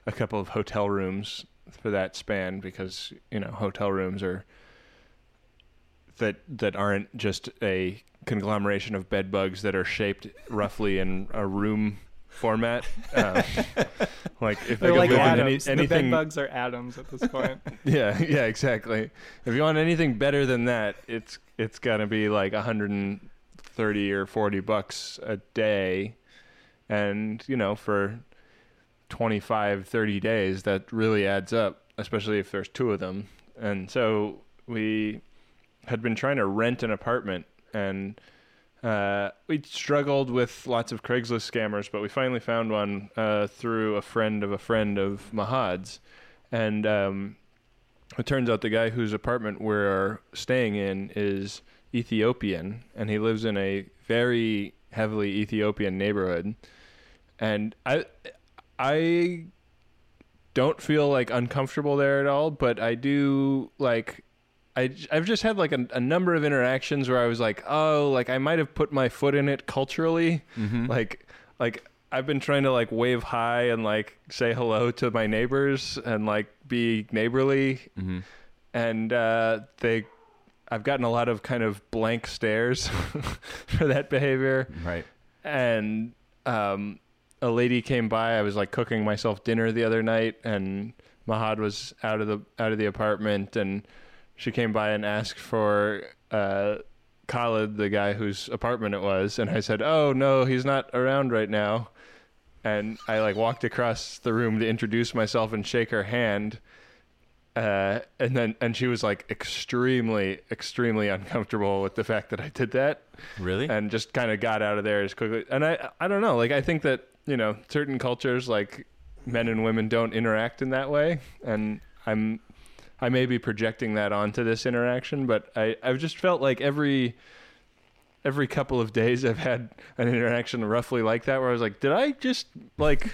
[SPEAKER 2] a couple of hotel rooms for that span because you know hotel rooms are that that aren't just a conglomeration of bed bugs that are shaped roughly in a room format. Um, like if
[SPEAKER 4] They're
[SPEAKER 2] you
[SPEAKER 4] like
[SPEAKER 2] want any-
[SPEAKER 4] atoms. the bed
[SPEAKER 2] anything,
[SPEAKER 4] bugs are atoms at this point.
[SPEAKER 2] yeah, yeah, exactly. If you want anything better than that, it's it's gonna be like 130 or 40 bucks a day, and you know for 25, 30 days that really adds up, especially if there's two of them. And so we had been trying to rent an apartment, and uh, we struggled with lots of Craigslist scammers, but we finally found one uh, through a friend of a friend of Mahad's. And um, it turns out the guy whose apartment we're staying in is Ethiopian, and he lives in a very heavily Ethiopian neighborhood. And I, I don't feel like uncomfortable there at all, but I do like. I, have just had like a, a number of interactions where I was like, oh, like I might have put my foot in it culturally.
[SPEAKER 3] Mm-hmm.
[SPEAKER 2] Like, like I've been trying to like wave high and like say hello to my neighbors and like be neighborly.
[SPEAKER 3] Mm-hmm.
[SPEAKER 2] And uh, they, I've gotten a lot of kind of blank stares for that behavior
[SPEAKER 3] Right.
[SPEAKER 2] and um, a lady came by. I was like cooking myself dinner the other night, and Mahad was out of the out of the apartment, and she came by and asked for uh, Khalid, the guy whose apartment it was, and I said, "Oh no, he's not around right now." And I like walked across the room to introduce myself and shake her hand. Uh, and then, and she was like extremely, extremely uncomfortable with the fact that I did that
[SPEAKER 3] Really?
[SPEAKER 2] and just kind of got out of there as quickly. And I I don't know, like I think that you know certain cultures like men and women don't interact in that way, and I'm I may be projecting that onto this interaction, but I I've just felt like every every couple of days I've had an interaction roughly like that where I was like, did I just like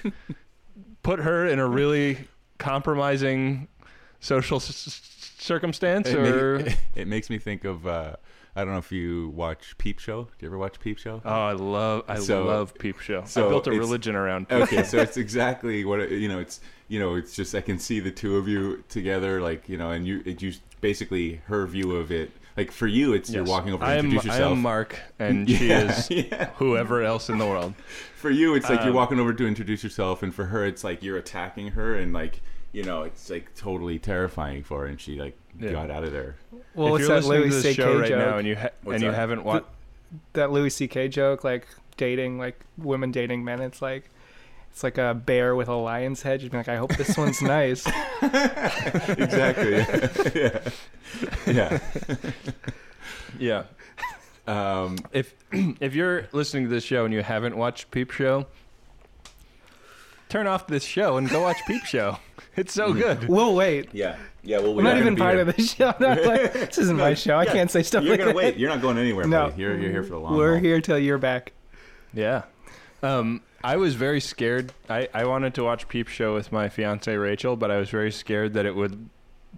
[SPEAKER 2] put her in a really compromising social s- s- circumstance
[SPEAKER 3] it,
[SPEAKER 2] or
[SPEAKER 3] make- it makes me think of uh, I don't know if you watch Peep Show. Do you ever watch Peep Show?
[SPEAKER 2] Oh, I love I
[SPEAKER 3] So-
[SPEAKER 2] love Peep Show.
[SPEAKER 3] so
[SPEAKER 2] I built a
[SPEAKER 3] it's-
[SPEAKER 2] religion around Peep
[SPEAKER 3] okay, so it's exactly what it- you know. It's you know, it's just I can see the two of you together, like you know, and you it, you basically her view of it. Like for you, it's you're
[SPEAKER 2] Yes.
[SPEAKER 3] walking over to
[SPEAKER 2] I am,
[SPEAKER 3] introduce
[SPEAKER 2] I
[SPEAKER 3] yourself.
[SPEAKER 2] am Mark, and she
[SPEAKER 3] Yeah,
[SPEAKER 2] is Um,
[SPEAKER 3] yeah.
[SPEAKER 2] whoever else in the world.
[SPEAKER 3] For you, it's like you're walking over to introduce yourself, and for her, it's like you're attacking her, and like you know, it's like totally terrifying for her, and she like
[SPEAKER 2] Yeah.
[SPEAKER 3] got out of there.
[SPEAKER 4] Well,
[SPEAKER 2] if
[SPEAKER 4] it's
[SPEAKER 2] you're
[SPEAKER 4] that
[SPEAKER 2] listening
[SPEAKER 4] Louis
[SPEAKER 2] to
[SPEAKER 4] C.K.
[SPEAKER 2] this show right
[SPEAKER 4] joke.
[SPEAKER 2] now and you ha-
[SPEAKER 3] What's
[SPEAKER 2] and you
[SPEAKER 3] that?
[SPEAKER 2] haven't watched,
[SPEAKER 4] that Louis C.K. joke, like dating, like women dating men. It's like, it's like a bear with a lion's head. You'd be like, I hope this one's nice.
[SPEAKER 3] exactly. yeah. yeah.
[SPEAKER 2] yeah.
[SPEAKER 3] Yeah. Um,
[SPEAKER 2] If if you're listening to this show and you haven't watched Peep Show, turn off this show and go watch Peep Show. It's so
[SPEAKER 3] Mm.
[SPEAKER 2] good.
[SPEAKER 4] we'll wait.
[SPEAKER 3] yeah. Yeah. Well, we
[SPEAKER 4] I'm
[SPEAKER 3] are
[SPEAKER 4] not even
[SPEAKER 3] gonna be
[SPEAKER 4] part
[SPEAKER 3] here.
[SPEAKER 4] of this show. I'm not like, this isn't my show. I can't say stuff
[SPEAKER 3] You're
[SPEAKER 4] like
[SPEAKER 3] gonna
[SPEAKER 4] that.
[SPEAKER 3] wait. You're not going anywhere.
[SPEAKER 4] No.
[SPEAKER 3] buddy. You're, you're here for the long
[SPEAKER 4] We're
[SPEAKER 3] haul.
[SPEAKER 4] here till you're back.
[SPEAKER 2] Yeah. Um, I was very scared. I, I wanted to watch Peep Show with my fiance Rachel, but I was very scared that it would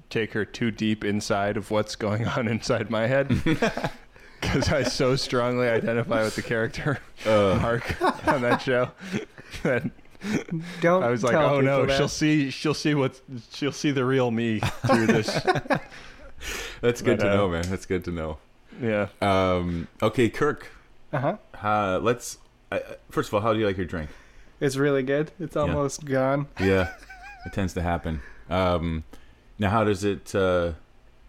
[SPEAKER 2] take her too deep inside of what's going on inside my head. Because I so strongly identify with the character
[SPEAKER 3] Uh,
[SPEAKER 2] Mark on that show. that
[SPEAKER 4] Don't.
[SPEAKER 2] I was like,
[SPEAKER 4] tell
[SPEAKER 2] oh no,
[SPEAKER 4] people that.
[SPEAKER 2] she'll see, she'll see what, she'll see the real me through this.
[SPEAKER 3] that's good
[SPEAKER 2] But,
[SPEAKER 3] to
[SPEAKER 2] uh,
[SPEAKER 3] know, man. That's good to know.
[SPEAKER 2] yeah.
[SPEAKER 3] Um, okay, Kirk.
[SPEAKER 4] Uh-huh.
[SPEAKER 3] Uh, let's. Uh, first of all, how do you like your drink?
[SPEAKER 4] It's really good. It's almost gone.
[SPEAKER 3] Yeah, it tends to happen. Um, now, how does it? Uh,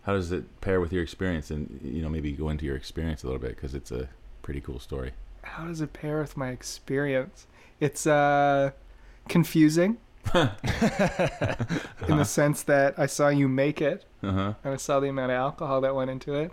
[SPEAKER 3] how does it pair with your experience? And you know, maybe go into your experience a little bit because it's a pretty cool story.
[SPEAKER 4] How does it pair with my experience? It's uh, confusing.
[SPEAKER 3] Uh-huh.
[SPEAKER 4] In the sense that I saw you make it,
[SPEAKER 3] Uh huh.
[SPEAKER 4] and I saw the amount of alcohol that went into it,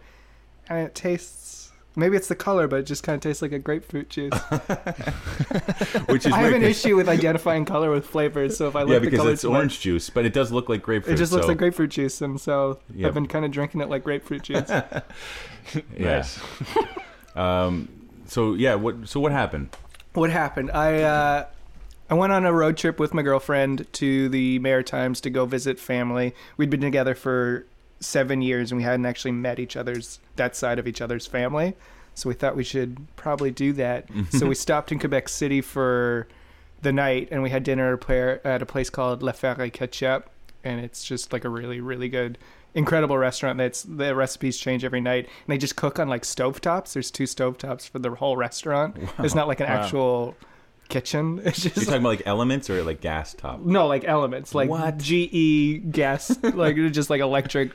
[SPEAKER 4] and it tastes. Maybe it's the color, but it just kind of tastes like a grapefruit juice.
[SPEAKER 3] Which is
[SPEAKER 4] I have
[SPEAKER 3] weird
[SPEAKER 4] an
[SPEAKER 3] 'cause-
[SPEAKER 4] issue with identifying color with flavors, so if I
[SPEAKER 3] Yeah,
[SPEAKER 4] look at the
[SPEAKER 3] because
[SPEAKER 4] color,
[SPEAKER 3] it's
[SPEAKER 4] too much-
[SPEAKER 3] orange juice, but it does look like grapefruit.
[SPEAKER 4] It just looks
[SPEAKER 3] so-
[SPEAKER 4] like grapefruit juice, and so
[SPEAKER 3] Yeah.
[SPEAKER 4] I've been kind of drinking it like grapefruit juice.
[SPEAKER 3] Yeah.
[SPEAKER 2] Nice.
[SPEAKER 3] Um, so yeah, what? So what happened?
[SPEAKER 4] what happened? I uh, I went on a road trip with my girlfriend to the Maritimes to go visit family. We'd been together for seven years, and we hadn't actually met each other's that side of each other's family. So we thought we should probably do that. so we stopped in Quebec City for the night, and we had dinner at a, player, at a place called La Ferre Ketchup, and it's just like a really, really good, incredible restaurant. That's the recipes change every night, and they just cook on like stovetops. There's two stovetops for the whole restaurant. It's not like an
[SPEAKER 2] Wow.
[SPEAKER 4] actual kitchen. It's just
[SPEAKER 3] You're talking about like elements or like gas top?
[SPEAKER 4] no, like elements, like
[SPEAKER 3] What?
[SPEAKER 4] GE gas, like just like electric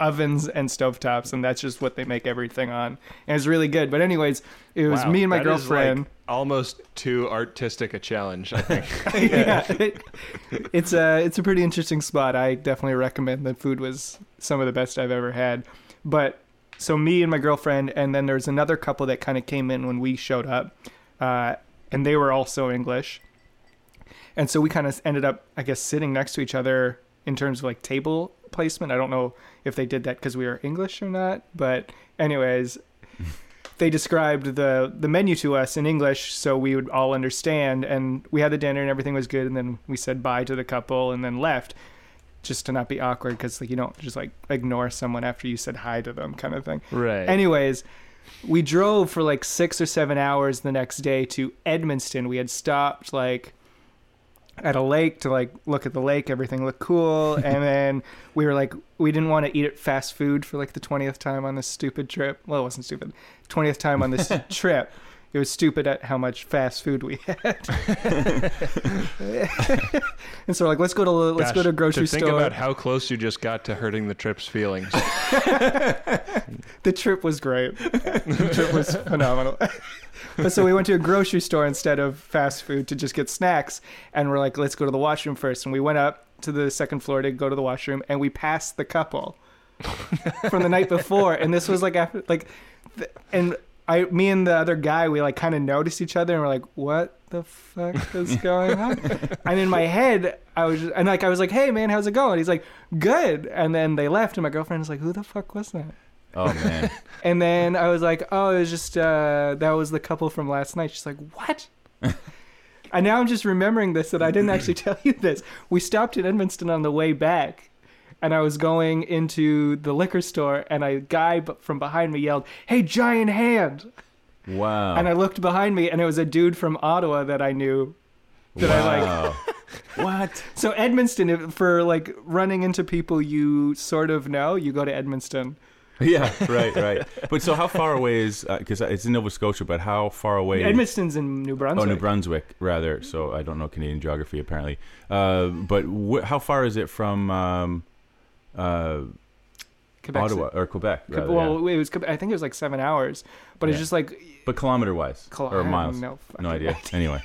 [SPEAKER 4] ovens and stovetops, and that's just what they make everything on. And it's really good. But anyways, it was
[SPEAKER 2] Wow,
[SPEAKER 4] me and my
[SPEAKER 2] that is, like,
[SPEAKER 4] girlfriend.
[SPEAKER 2] almost too artistic a challenge, I think.
[SPEAKER 4] yeah, it- it's a it's a pretty interesting spot. I definitely recommend. The food was some of the best I've ever had. But so me and my girlfriend, and then there's another couple that kind of came in when we showed up, uh, and they were also English. And so we kind of ended up, I guess, sitting next to each other in terms of like table placement. I don't know if they did that because we were English or not, but anyways, they described the the menu to us in English so we would all understand and we had the dinner and everything was good and then we said bye to the couple and then left just to not be awkward because like, you don't just like ignore someone after you said hi to them kind of thing.
[SPEAKER 2] Right.
[SPEAKER 4] Anyways, we drove for like six or seven hours the next day to Edmonston. We had stopped like at a lake to like look at the lake. Everything looked cool, and then we were like, we didn't want to eat at fast food for like the twentieth time on this stupid trip. Well, it wasn't stupid. Twentieth time on this trip. It was stupid at how much fast food we had, and so like let's go to let's
[SPEAKER 2] Gosh,
[SPEAKER 4] go to a grocery
[SPEAKER 2] to think
[SPEAKER 4] store.
[SPEAKER 2] about how close you just got to hurting the trip's feelings.
[SPEAKER 4] the trip was great. the trip was phenomenal. but so we went to a grocery store instead of fast food to just get snacks, and we're like, let's go to the washroom first. And we went up to the second floor to go to the washroom, and we passed the couple from the night before. And this was like after like, th- and I, me and the other guy, we like kind of noticed each other, and we're like, what the fuck is going on? and in my head, I was just, and like I was like, hey man, how's it going? He's like, good. And then they left, and my girlfriend was like, who the fuck was that?
[SPEAKER 3] Oh man.
[SPEAKER 4] And then I was like, oh, it was just uh, that was the couple from last night. She's like, what? and now I'm just remembering this that I didn't actually tell you this. We stopped at Edmonston on the way back, and I was going into the liquor store, and a guy b- from behind me yelled, "Hey, giant hand!"
[SPEAKER 3] Wow.
[SPEAKER 4] And I looked behind me, and it was a dude from Ottawa that I knew. That I like.
[SPEAKER 3] wow. what?
[SPEAKER 4] So Edmonston, if- for like running into people you sort of know, you go to Edmonston.
[SPEAKER 3] Yeah. Right. Right. But so how far away is? Because it's in Nova Scotia, but how far away?
[SPEAKER 4] Edmonston's in New
[SPEAKER 3] Oh,
[SPEAKER 4] Brunswick.
[SPEAKER 3] New Brunswick, rather. So I don't know Canadian geography apparently. Uh, but wh- how far is it from um, uh,
[SPEAKER 4] Quebec City.
[SPEAKER 3] Ottawa or Quebec?
[SPEAKER 4] Could-
[SPEAKER 3] Rather, yeah.
[SPEAKER 4] well, it was. I think it was like seven hours, but it's
[SPEAKER 3] Yeah.
[SPEAKER 4] just like
[SPEAKER 3] but kilometer wise
[SPEAKER 4] Kil- I
[SPEAKER 3] or
[SPEAKER 4] don't
[SPEAKER 3] miles?
[SPEAKER 4] know,
[SPEAKER 3] no
[SPEAKER 4] fucking
[SPEAKER 3] idea. anyway,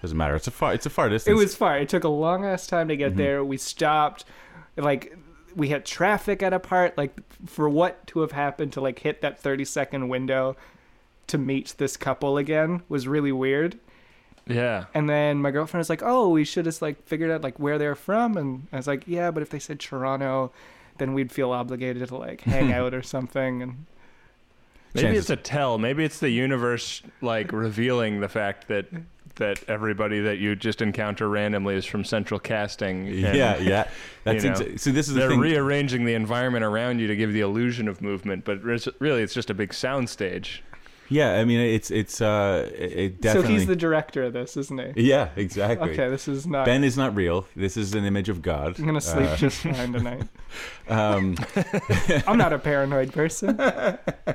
[SPEAKER 3] doesn't matter. It's a far. It's Mm-hmm. a far distance.
[SPEAKER 4] it was far. It took a long ass time to get there. We stopped, like we had traffic at a part. Like for what to have happened to like hit that thirty second window to meet this couple again was really weird.
[SPEAKER 2] yeah.
[SPEAKER 4] And then my girlfriend was like, "Oh, we should just like figured out like where they're from." And I was like, "Yeah, but if they said Toronto." Then we'd feel obligated to like hang out or something, and
[SPEAKER 2] Maybe
[SPEAKER 3] Chances-
[SPEAKER 2] it's a tell. Maybe it's the universe like revealing the fact that that everybody that you just encounter randomly is from central casting. and
[SPEAKER 3] Yeah. Yeah. That's
[SPEAKER 2] You know,
[SPEAKER 3] exa- so. This is the
[SPEAKER 2] They're
[SPEAKER 3] thing.
[SPEAKER 2] rearranging the environment around you to give the illusion of movement, but res- really it's just a big soundstage.
[SPEAKER 3] yeah. I mean, it's it's uh, it- it definitely.
[SPEAKER 4] so he's the director of this, isn't he?
[SPEAKER 3] yeah. Exactly.
[SPEAKER 4] Okay, this is not.
[SPEAKER 3] Ben is not real. This is an image of God.
[SPEAKER 4] I'm gonna sleep
[SPEAKER 3] Uh,
[SPEAKER 4] just fine tonight.
[SPEAKER 3] um,
[SPEAKER 4] I'm not a paranoid person.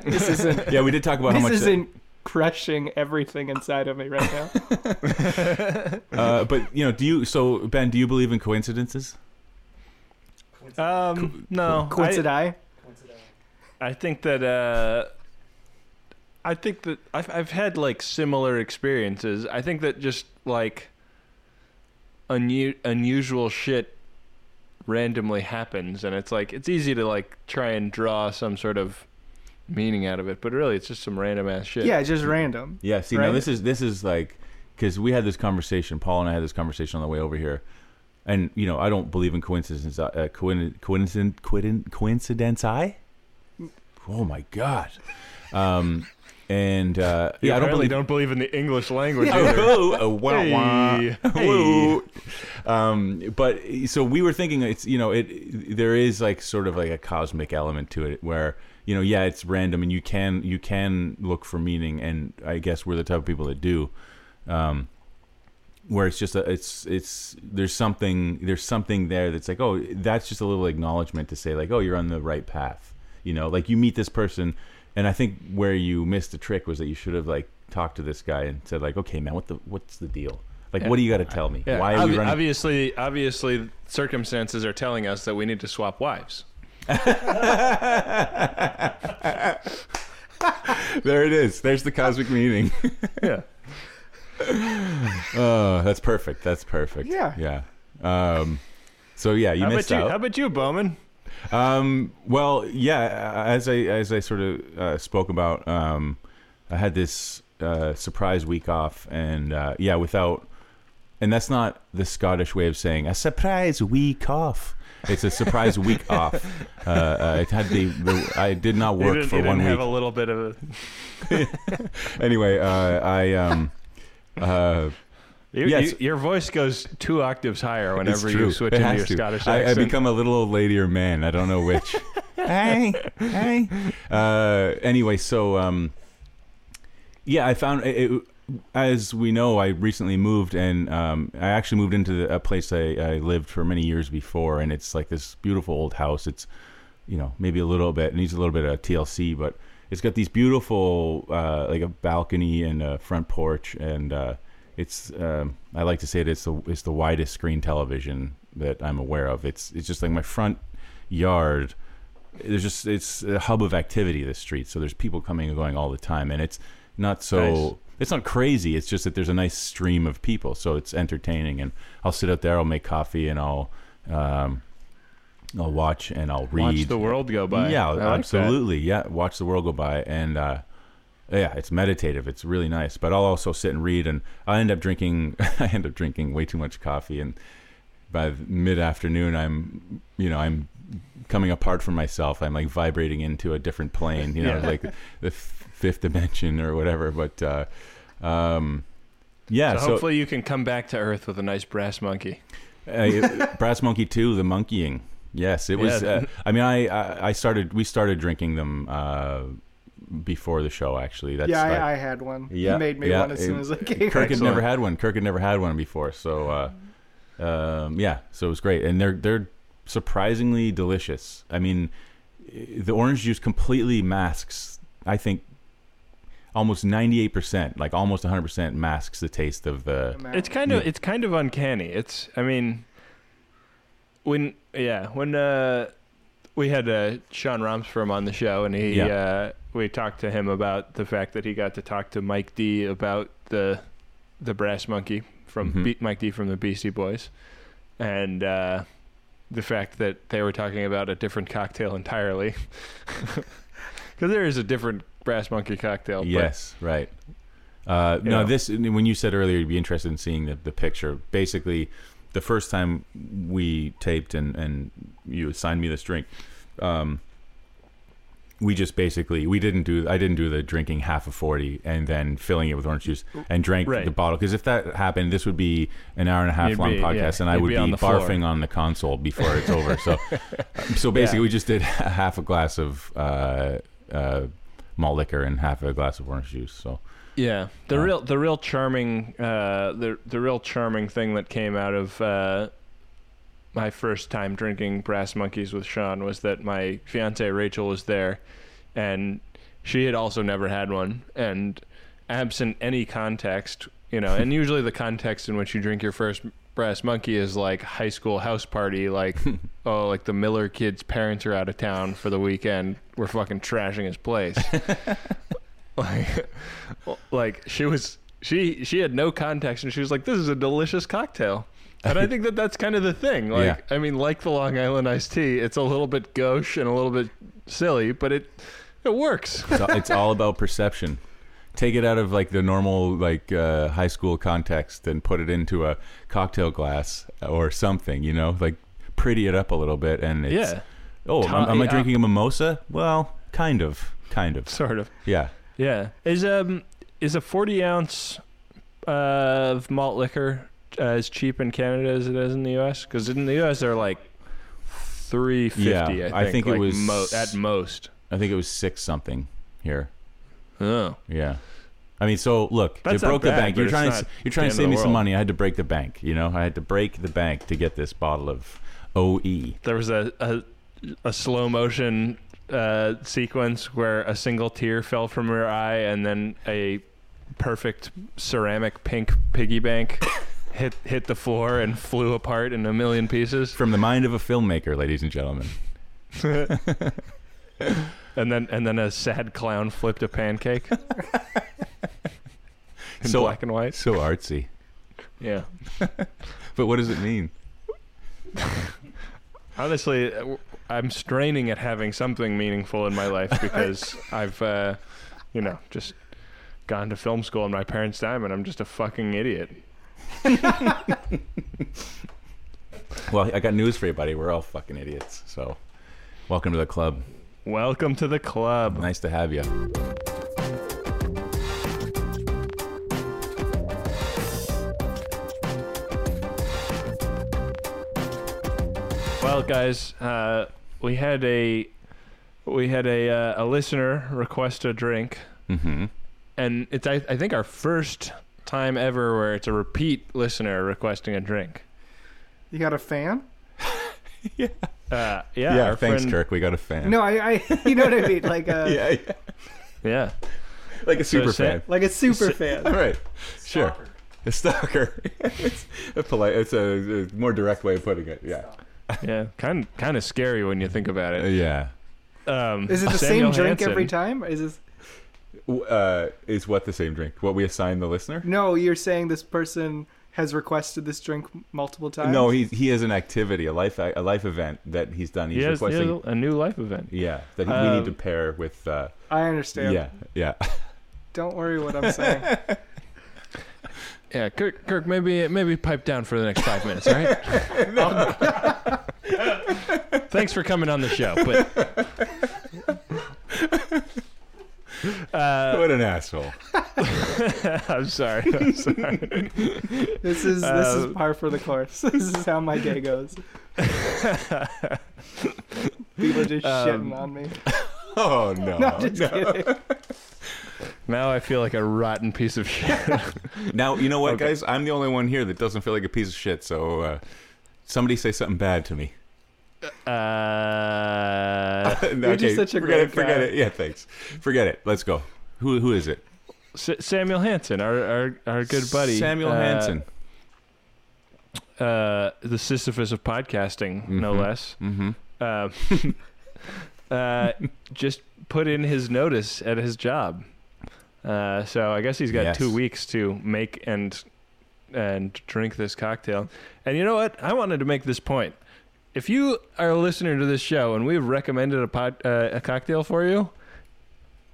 [SPEAKER 4] This isn't.
[SPEAKER 3] yeah, we did talk about how
[SPEAKER 4] This
[SPEAKER 3] much.
[SPEAKER 4] isn't crushing everything inside of me right now.
[SPEAKER 3] uh, but you know, do you? So Ben, do you believe in coincidences? Uh,
[SPEAKER 2] Um, no, I,
[SPEAKER 4] Coincidentally, I,
[SPEAKER 2] I think that uh, I think that I've I've had like similar experiences. I think that just like unu- unusual shit randomly happens, and it's like it's easy to like try and draw some sort of meaning out of it, but really it's just some random ass shit.
[SPEAKER 4] yeah, just random.
[SPEAKER 3] Yeah. See, now
[SPEAKER 4] Right.
[SPEAKER 3] this is this is like because we had this conversation. Paul and I had this conversation on the way over here, and you know, I don't believe in coincidences. Uh, coincidence, coincidence, coincidence. I. Oh my god. Um, and uh,
[SPEAKER 2] You
[SPEAKER 3] yeah, I don't
[SPEAKER 2] apparently
[SPEAKER 3] believe.
[SPEAKER 2] don't believe in the English language
[SPEAKER 3] Oh,
[SPEAKER 2] either.
[SPEAKER 3] oh, oh, wah, wah.
[SPEAKER 2] Hey,
[SPEAKER 3] Woo. Um, but so we were thinking it's you know it there is like sort of like a cosmic element to it where you know yeah it's random and you can you can look for meaning and I guess we're the type of people that do um, where it's just a, it's it's there's something there's something there that's like oh that's just a little acknowledgement to say like oh you're on the right path you know like you meet this person and I think where you missed the trick was that you should have like talked to this guy and said like okay man what the what's the deal like
[SPEAKER 2] Yeah.
[SPEAKER 3] what do you got to tell me
[SPEAKER 2] Yeah,
[SPEAKER 3] why are we
[SPEAKER 2] obvi-
[SPEAKER 3] running
[SPEAKER 2] Obviously, obviously, circumstances are telling us that we need to swap wives.
[SPEAKER 3] there it is. There's the cosmic meaning.
[SPEAKER 2] Yeah.
[SPEAKER 3] Oh, that's perfect. That's perfect.
[SPEAKER 4] Yeah.
[SPEAKER 3] Yeah. Um, so yeah, you
[SPEAKER 2] how
[SPEAKER 3] missed
[SPEAKER 2] about you? How
[SPEAKER 3] out.
[SPEAKER 2] about you, Bowman?
[SPEAKER 3] um, well, yeah. As I as I sort of uh, spoke about, um, I had this uh, surprise week off, and uh, yeah, without, and that's not the Scottish way of saying a surprise week off. It's a surprise week off. Uh, uh, I had the, the I did not
[SPEAKER 2] You
[SPEAKER 3] work
[SPEAKER 2] didn't-
[SPEAKER 3] for
[SPEAKER 2] you
[SPEAKER 3] one
[SPEAKER 2] didn't
[SPEAKER 3] week.
[SPEAKER 2] have a little bit of a
[SPEAKER 3] anyway, uh, I um, uh,
[SPEAKER 2] You,
[SPEAKER 3] Yes.
[SPEAKER 2] you- your voice goes two octaves higher whenever you switch
[SPEAKER 3] It
[SPEAKER 2] into
[SPEAKER 3] has
[SPEAKER 2] your
[SPEAKER 3] to.
[SPEAKER 2] Scottish
[SPEAKER 3] I, I
[SPEAKER 2] accent.
[SPEAKER 3] become a little old lady or man. I don't know which. hey, hey. Uh, anyway, so um, yeah, I found it, it- As we know, I recently moved, and um, I actually moved into the, a place I, I lived for many years before, and it's like this beautiful old house. It's you know maybe a little bit needs a little bit of TLC, but it's got these beautiful uh, like a balcony and a front porch, and uh, it's um, I like to say that it's the it's the widest screen television that I'm aware of. It's it's just like my front yard. There's just it's a hub of activity this street, so there's people coming and going all the time, and it's not so.
[SPEAKER 2] Nice.
[SPEAKER 3] It's not crazy. It's just that there's a nice stream of people, so it's entertaining. And I'll sit out there. I'll make coffee, and I'll um, I'll watch and I'll read.
[SPEAKER 2] Watch the world go by.
[SPEAKER 3] Yeah,
[SPEAKER 2] I like that.
[SPEAKER 3] absolutely. Yeah, watch the world go by, and uh, yeah, it's meditative. It's really nice. But I'll also sit and read, and I end up drinking. I end up drinking way too much coffee, and by mid afternoon, I'm, you know, I'm coming apart from myself. I'm like vibrating into a different plane, you know,
[SPEAKER 2] Yeah.
[SPEAKER 3] like the f- fifth dimension or whatever. But uh, um, yeah,
[SPEAKER 2] So,
[SPEAKER 3] so,
[SPEAKER 2] hopefully you can come back to Earth with a nice brass monkey.
[SPEAKER 3] uh, Brass Monkey Two, the monkeying. Yes, it was.
[SPEAKER 2] Yeah.
[SPEAKER 3] Uh, I mean, I, I I started. We started drinking them uh, before the show. Actually, that's
[SPEAKER 4] yeah,
[SPEAKER 3] like-
[SPEAKER 4] I, I had one.
[SPEAKER 3] Yeah,
[SPEAKER 4] you made me
[SPEAKER 3] yeah,
[SPEAKER 4] one as soon
[SPEAKER 3] it-
[SPEAKER 4] as I came.
[SPEAKER 3] Kirk had
[SPEAKER 2] Excellent.
[SPEAKER 3] never had one. Kirk had never had one before. So, uh, um, yeah, so it was great, and they're they're surprisingly delicious. I mean, i- the orange juice completely masks. I think almost ninety eight percent, like almost one hundred percent, masks the taste of the.
[SPEAKER 2] It's kind of it's kind of uncanny. It's I mean when yeah, when uh we had uh Sean Romsfirm on the show and he
[SPEAKER 3] Yeah.
[SPEAKER 2] uh we talked to him about the fact that he got to talk to Mike D about the the brass monkey from
[SPEAKER 3] Mhm.
[SPEAKER 2] Be- Mike D from the Beastie Boys and uh the fact that they were talking about a different cocktail entirely. Cuz there is a different brass monkey cocktail. but-
[SPEAKER 3] Yes, right. Uh, no,
[SPEAKER 2] Yeah.
[SPEAKER 3] this when you said earlier you'd be interested in seeing the, the picture. Basically, the first time we taped and and you assigned me this drink, um, we just basically we didn't do I didn't do the drinking half of forty and then filling it with orange juice and drank
[SPEAKER 2] Right.
[SPEAKER 3] the bottle because if that happened, this would be an hour and a half
[SPEAKER 2] You'd
[SPEAKER 3] long
[SPEAKER 2] be- yeah,
[SPEAKER 3] podcast and I
[SPEAKER 2] you'd
[SPEAKER 3] would
[SPEAKER 2] be
[SPEAKER 3] be,
[SPEAKER 2] on the floor.
[SPEAKER 3] barfing on the console before it's over. So so basically, we just did half a glass of uh, uh, malt liquor and half a glass of orange juice. So
[SPEAKER 2] Yeah, the
[SPEAKER 3] Yeah.
[SPEAKER 2] real the real charming uh, the the real charming thing that came out of uh, my first time drinking Brass Monkeys with Sean was that my fiance Rachel was there, and she had also never had one, and absent any context, you know, and usually the context in which you drink your first Brass Monkey is like high school house party, like oh, like the Miller kid's parents are out of town for the weekend, we're fucking trashing his place like like she was she she had no context and she was like this is a delicious cocktail and i think that that's kind of the thing like i mean like the long island iced tea it's a little bit gauche and a little bit silly but it it works
[SPEAKER 3] it's all, it's all about perception. Take it out of like the normal like uh, high school context and put it into a cocktail glass or something. You know, like pretty it up a little bit. And it's,
[SPEAKER 2] yeah
[SPEAKER 3] oh, am,
[SPEAKER 2] Toddy
[SPEAKER 3] am I
[SPEAKER 2] up.
[SPEAKER 3] drinking a mimosa? Well, kind of, kind of.
[SPEAKER 2] sort of
[SPEAKER 3] Yeah,
[SPEAKER 2] yeah is um is a 40 ounce uh, of malt liquor uh, as cheap in canada as it is in the us because in the us they're like 350
[SPEAKER 3] Yeah,
[SPEAKER 2] i
[SPEAKER 3] I think
[SPEAKER 2] think,
[SPEAKER 3] it
[SPEAKER 2] like,
[SPEAKER 3] was-
[SPEAKER 2] mo- at most
[SPEAKER 3] I think it was six something here.
[SPEAKER 2] oh
[SPEAKER 3] Yeah. I mean, so look,
[SPEAKER 2] That's
[SPEAKER 3] you
[SPEAKER 2] not
[SPEAKER 3] broke
[SPEAKER 2] bad,
[SPEAKER 3] the bank.
[SPEAKER 2] but
[SPEAKER 3] You're
[SPEAKER 2] it's
[SPEAKER 3] trying
[SPEAKER 2] not
[SPEAKER 3] to you're trying
[SPEAKER 2] the
[SPEAKER 3] to
[SPEAKER 2] end
[SPEAKER 3] save me
[SPEAKER 2] of the
[SPEAKER 3] some
[SPEAKER 2] world.
[SPEAKER 3] money. I had to break the bank. You know, I had to break the bank to get this bottle of E. OE.
[SPEAKER 2] there was a a, a slow motion uh, sequence where a single tear fell from her eye, and then a perfect ceramic pink piggy bank hit hit the floor and flew apart in a million pieces.
[SPEAKER 3] From the mind of a filmmaker, ladies and gentlemen.
[SPEAKER 2] And then and then a sad clown flipped a pancake. in
[SPEAKER 3] So-
[SPEAKER 2] black and white.
[SPEAKER 3] So artsy.
[SPEAKER 2] Yeah.
[SPEAKER 3] But what does it mean?
[SPEAKER 2] Honestly, uh, w- I'm straining at having something meaningful in my life because I've, uh, you know, just gone to film school in my parents' time and I'm just a fucking idiot.
[SPEAKER 3] Well, I got news for you, buddy. We're all fucking idiots. So, welcome to the club.
[SPEAKER 2] Welcome to the club.
[SPEAKER 3] Nice to have you.
[SPEAKER 2] Well, guys, uh, we had a we had a uh, a listener request a drink,
[SPEAKER 3] Mm-hmm.
[SPEAKER 2] and it's I, I think our first time ever where it's a repeat listener requesting a drink.
[SPEAKER 4] You got a fan?
[SPEAKER 2] Uh, yeah,
[SPEAKER 3] Yeah,
[SPEAKER 2] our
[SPEAKER 3] thanks,
[SPEAKER 2] friend-
[SPEAKER 3] Kirk. We got a fan.
[SPEAKER 4] No, uh, I, I you know what I mean, like a
[SPEAKER 3] yeah, yeah.
[SPEAKER 2] Yeah,
[SPEAKER 3] like a
[SPEAKER 2] So
[SPEAKER 3] super
[SPEAKER 2] say-
[SPEAKER 3] fan.
[SPEAKER 4] like a super fan.
[SPEAKER 3] All right, sure. A stalker. it's a polite. It's a, a more direct way of putting it. Yeah.
[SPEAKER 2] yeah, kind kind of scary when you think about
[SPEAKER 3] Uh,
[SPEAKER 2] it.
[SPEAKER 3] yeah.
[SPEAKER 2] Um,
[SPEAKER 4] Is it the
[SPEAKER 2] Samuel
[SPEAKER 4] same drink
[SPEAKER 2] Hansen-
[SPEAKER 4] every time? Is this
[SPEAKER 3] W- Uh, is what the same drink? What we assign the listener?
[SPEAKER 4] No, you're saying this person has requested this drink multiple times?
[SPEAKER 3] No, he he has an activity, a life a life event that he's done. He's
[SPEAKER 2] He has, he has
[SPEAKER 3] requesting.
[SPEAKER 2] a new life event.
[SPEAKER 3] yeah, that he, we
[SPEAKER 2] Um,
[SPEAKER 3] need to pair with. Uh,
[SPEAKER 4] I understand.
[SPEAKER 3] yeah, yeah.
[SPEAKER 4] Don't worry what I'm saying.
[SPEAKER 2] Yeah, Kirk, Kirk, maybe maybe pipe down for the next five minutes, all right? Um, Thanks for coming on the show, but uh,
[SPEAKER 3] what an asshole.
[SPEAKER 2] I'm sorry. I'm sorry.
[SPEAKER 4] This is this
[SPEAKER 2] Uh,
[SPEAKER 4] is par for the course. This is how my day goes. People just
[SPEAKER 2] Um,
[SPEAKER 4] shitting on me.
[SPEAKER 3] Oh no.
[SPEAKER 4] No, just kidding.
[SPEAKER 2] Now I feel like a rotten piece of shit.
[SPEAKER 3] Now you know what,
[SPEAKER 2] Okay.
[SPEAKER 3] guys. I'm the only one here that doesn't feel like a piece of shit. So uh, somebody say something bad to me.
[SPEAKER 2] Uh,
[SPEAKER 3] No,
[SPEAKER 4] You're just such a
[SPEAKER 3] forget
[SPEAKER 4] great
[SPEAKER 3] it. Forget
[SPEAKER 4] guy.
[SPEAKER 3] it. Yeah, thanks. Forget it. Let's go. Who who is it?
[SPEAKER 2] S- Samuel Hansen, our, our our good buddy
[SPEAKER 3] Samuel
[SPEAKER 2] uh,
[SPEAKER 3] Hansen.
[SPEAKER 2] uh, the Sisyphus of podcasting, no
[SPEAKER 3] Mhm.
[SPEAKER 2] less.
[SPEAKER 3] Mm-hmm.
[SPEAKER 2] uh, uh, just put in his notice at his job. Uh, so I guess he's got
[SPEAKER 3] Yes.
[SPEAKER 2] two weeks to make and and drink this cocktail. And you know what? I wanted to make this point. If you are a listener to this show and we've recommended a pot, uh, a cocktail for you,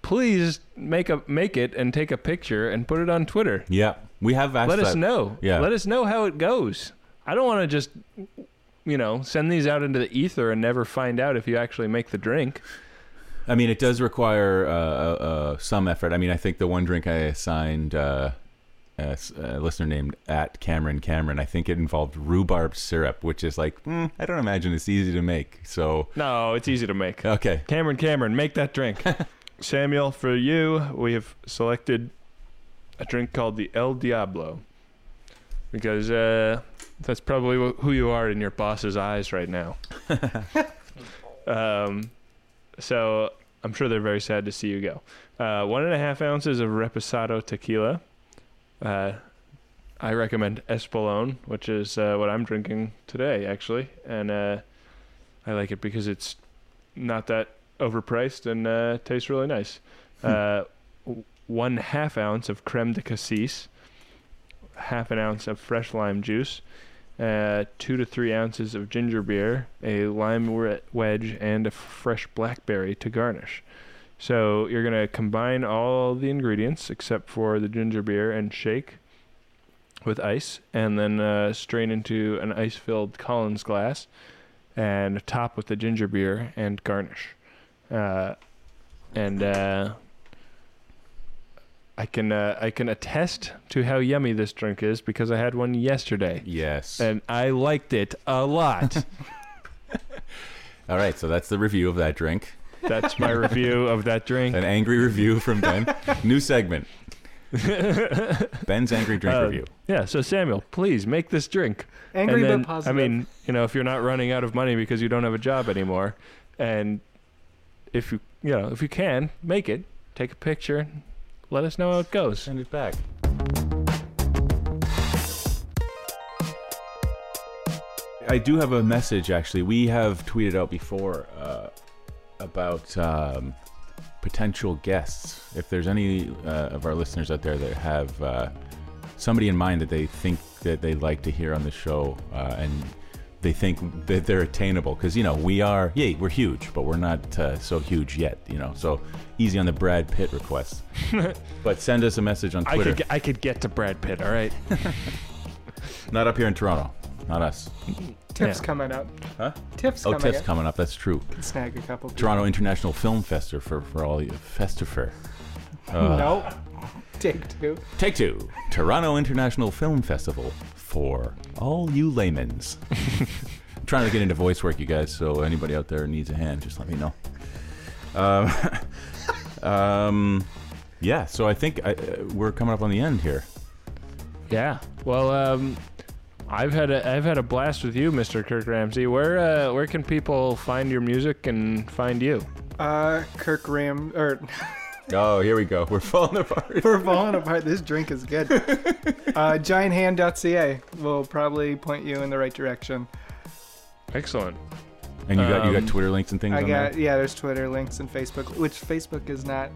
[SPEAKER 2] please make a make it and take a picture and put it on Twitter.
[SPEAKER 3] Yeah, we have asked
[SPEAKER 2] Let us
[SPEAKER 3] that.
[SPEAKER 2] know.
[SPEAKER 3] Yeah.
[SPEAKER 2] Let us know how it goes. I don't want to just, you know, send these out into the ether and never find out if you actually make the drink.
[SPEAKER 3] I mean, it does require uh, uh, uh, some effort. I mean, I think the one drink I assigned uh, a, s- a listener named at Cameron Cameron, I think it involved rhubarb syrup, which is like mm, I don't imagine it's easy to make. So
[SPEAKER 2] No, it's easy to make.
[SPEAKER 3] okay,
[SPEAKER 2] Cameron, Cameron, make that drink. Samuel, for you, we have selected a drink called the El Diablo because uh, that's probably wh- who you are in your boss's eyes right now. um, so I'm sure they're very sad to see you go. Uh, one and a half ounces of Reposado tequila. Uh, I recommend Espolón, which is uh, what I'm drinking today, actually, and uh, I like it because it's not that overpriced and uh, tastes really nice. Uh, w- one half ounce of creme de cassis, half an ounce of fresh lime juice, uh, two to three ounces of ginger beer, a lime we- wedge, and a fresh blackberry to garnish. So you're gonna combine all the ingredients except for the ginger beer and shake with ice, and then uh, strain into an ice-filled Collins glass, and top with the ginger beer and garnish. Uh, and uh, I can uh, I can attest to how yummy this drink is because I had one yesterday
[SPEAKER 3] yes.
[SPEAKER 2] and I liked it a lot.
[SPEAKER 3] All right, so that's the review of that drink.
[SPEAKER 2] That's my review of that drink.
[SPEAKER 3] An angry review from Ben. New segment. Ben's angry drink
[SPEAKER 2] Uh,
[SPEAKER 3] review.
[SPEAKER 2] Yeah, so Samuel, please make this drink.
[SPEAKER 4] Angry
[SPEAKER 2] and then,
[SPEAKER 4] but positive.
[SPEAKER 2] I mean, you know, if you're not running out of money because you don't have a job anymore, and if you you know if you can make it, take a picture, let us know how it goes.
[SPEAKER 3] Send it back. I do have a message actually. We have tweeted out before uh, about um, potential guests. If there's any uh, of our listeners out there that have uh, somebody in mind that they think that they'd like to hear on the show uh, and they think that they're attainable because you know we are yay we're huge but we're not uh, so huge yet you know so easy on the brad pitt request but send us a message on
[SPEAKER 2] I
[SPEAKER 3] twitter
[SPEAKER 2] could get, I could get to Brad Pitt. All right.
[SPEAKER 3] not up here in toronto not us
[SPEAKER 4] tips
[SPEAKER 2] yeah.
[SPEAKER 4] coming up.
[SPEAKER 3] huh
[SPEAKER 4] Tips
[SPEAKER 3] oh
[SPEAKER 4] coming
[SPEAKER 3] tiff's
[SPEAKER 4] up.
[SPEAKER 3] coming up that's true
[SPEAKER 4] Snag a couple.
[SPEAKER 3] toronto international film fester for, for all you festifer
[SPEAKER 4] people. No. Take two.
[SPEAKER 3] Take two. Toronto International Film Festival for all you laymans. I'm trying to get into voice work, you guys. So anybody out there needs a hand, just let me know. Um, um, yeah. So I think I, uh, we're coming up on the end here.
[SPEAKER 2] Yeah. Well, um, I've had a I've had a blast with you, Mr. Kirk Ramsey. Where uh, where can people find your music and find you?
[SPEAKER 4] Uh, Kirk Ram or
[SPEAKER 3] Oh, here we go. We're falling apart.
[SPEAKER 4] we're falling apart. This drink is good. Uh, gianthand.ca will probably point you in the right direction.
[SPEAKER 2] Excellent.
[SPEAKER 3] And you got you
[SPEAKER 2] Um,
[SPEAKER 3] got Twitter links and things.
[SPEAKER 4] I
[SPEAKER 3] on
[SPEAKER 4] got
[SPEAKER 3] there?
[SPEAKER 4] yeah. There's Twitter links and Facebook, which Facebook is not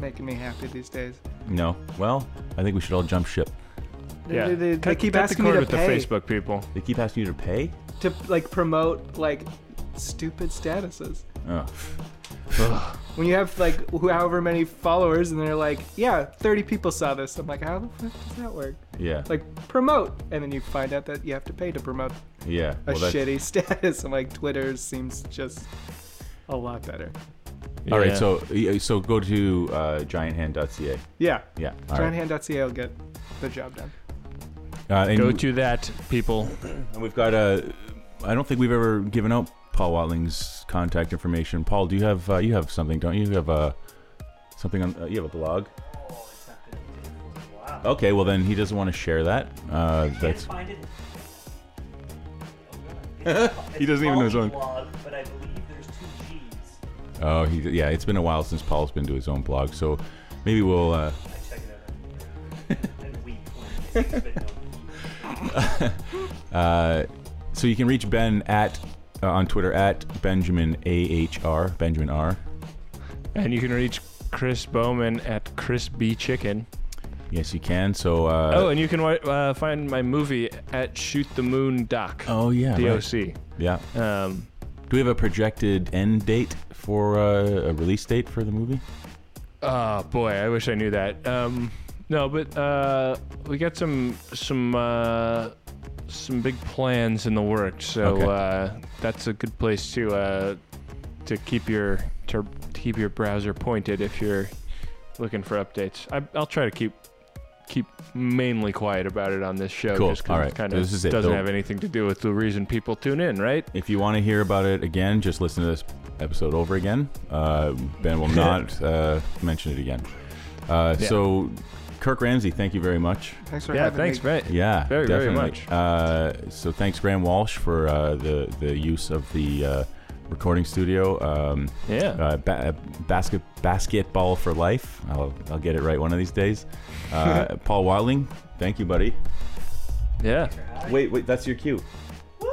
[SPEAKER 4] making me happy these days.
[SPEAKER 3] no. Well, I think we should all jump ship.
[SPEAKER 4] They-
[SPEAKER 2] Yeah.
[SPEAKER 4] they, they- they
[SPEAKER 2] Cut-
[SPEAKER 4] keep
[SPEAKER 2] cut the
[SPEAKER 4] asking me
[SPEAKER 2] cord with
[SPEAKER 4] to pay
[SPEAKER 2] the Facebook people.
[SPEAKER 3] They keep asking you to pay.
[SPEAKER 4] to like promote like stupid statuses.
[SPEAKER 3] Oh.
[SPEAKER 4] When you have like wh- however many followers and they're like, yeah, 30 people saw this. I'm like, how the fuck does that work?
[SPEAKER 3] Yeah.
[SPEAKER 4] Like promote, and then you find out that you have to pay to promote
[SPEAKER 3] yeah.
[SPEAKER 4] a
[SPEAKER 3] Well, that's-
[SPEAKER 4] shitty status. I'm like, Twitter seems just a lot better.
[SPEAKER 3] All right.
[SPEAKER 2] Yeah.
[SPEAKER 3] So yeah, so go to uh, gianthand.ca.
[SPEAKER 4] Yeah.
[SPEAKER 3] Yeah. All right.
[SPEAKER 4] Gianthand.ca will get the job done.
[SPEAKER 3] Uh, and
[SPEAKER 2] go to that people.
[SPEAKER 3] And we've got a. I don't think we've ever given out Paul Watling's contact information. Paul, do you have uh, you have something? Don't you? you have uh, something on? Uh, you have a blog.
[SPEAKER 5] Oh,
[SPEAKER 3] Okay, well then he doesn't want to share that. Uh, that's
[SPEAKER 5] find it. Oh,
[SPEAKER 3] He doesn't even know his own-
[SPEAKER 5] Blog, but I believe there's two G's.
[SPEAKER 3] oh he yeah. It's been a while since Paul's been to his own blog, so maybe we'll. Uh,
[SPEAKER 5] I check it out. and weep when it's been known.
[SPEAKER 3] Uh, so you can reach Ben at uh, on Twitter at Benjamin A H R Benjamin R.
[SPEAKER 2] And you can reach Chris Bowman at Chris B Chicken.
[SPEAKER 3] Yes, you can. So uh,
[SPEAKER 2] oh, and you can wi- uh, find my movie at Shoot the Moon Doc.
[SPEAKER 3] oh yeah, right.
[SPEAKER 2] DOC.
[SPEAKER 3] yeah.
[SPEAKER 2] Um,
[SPEAKER 3] Do we have a projected end date for uh, a release date for the movie?
[SPEAKER 2] oh boy, I wish I knew that. Um, no, but uh, we got some some uh, some big plans in the works, so
[SPEAKER 3] Okay.
[SPEAKER 2] uh, that's a good place to uh, to keep your to keep your browser pointed if you're looking for updates. I, I'll try to keep keep mainly quiet about it on this show,
[SPEAKER 3] Cool.
[SPEAKER 2] just
[SPEAKER 3] All
[SPEAKER 2] because
[SPEAKER 3] right.
[SPEAKER 2] it kind of
[SPEAKER 3] This is it.
[SPEAKER 2] doesn't
[SPEAKER 3] Don't-
[SPEAKER 2] have anything to do with the reason people tune in, right?
[SPEAKER 3] If you want to hear about it again, just listen to this episode over again. Uh, ben will not uh, mention it again. Uh,
[SPEAKER 2] Yeah.
[SPEAKER 3] So, Kirk Ramsey, thank you very much.
[SPEAKER 4] Thanks for
[SPEAKER 2] yeah,
[SPEAKER 4] having
[SPEAKER 2] thanks,
[SPEAKER 4] me.
[SPEAKER 2] right?
[SPEAKER 3] Yeah,
[SPEAKER 2] Very, very
[SPEAKER 3] definitely.
[SPEAKER 2] much.
[SPEAKER 3] Uh, so thanks, Graham Walsh, for uh, the the use of the uh, recording studio. Um,
[SPEAKER 2] Yeah.
[SPEAKER 3] uh, ba- basket basketball for life. I'll, I'll get it right one of these days. Uh, Paul Watling, thank you, buddy.
[SPEAKER 2] Yeah.
[SPEAKER 3] Wait, wait, that's your cue.
[SPEAKER 5] Woo!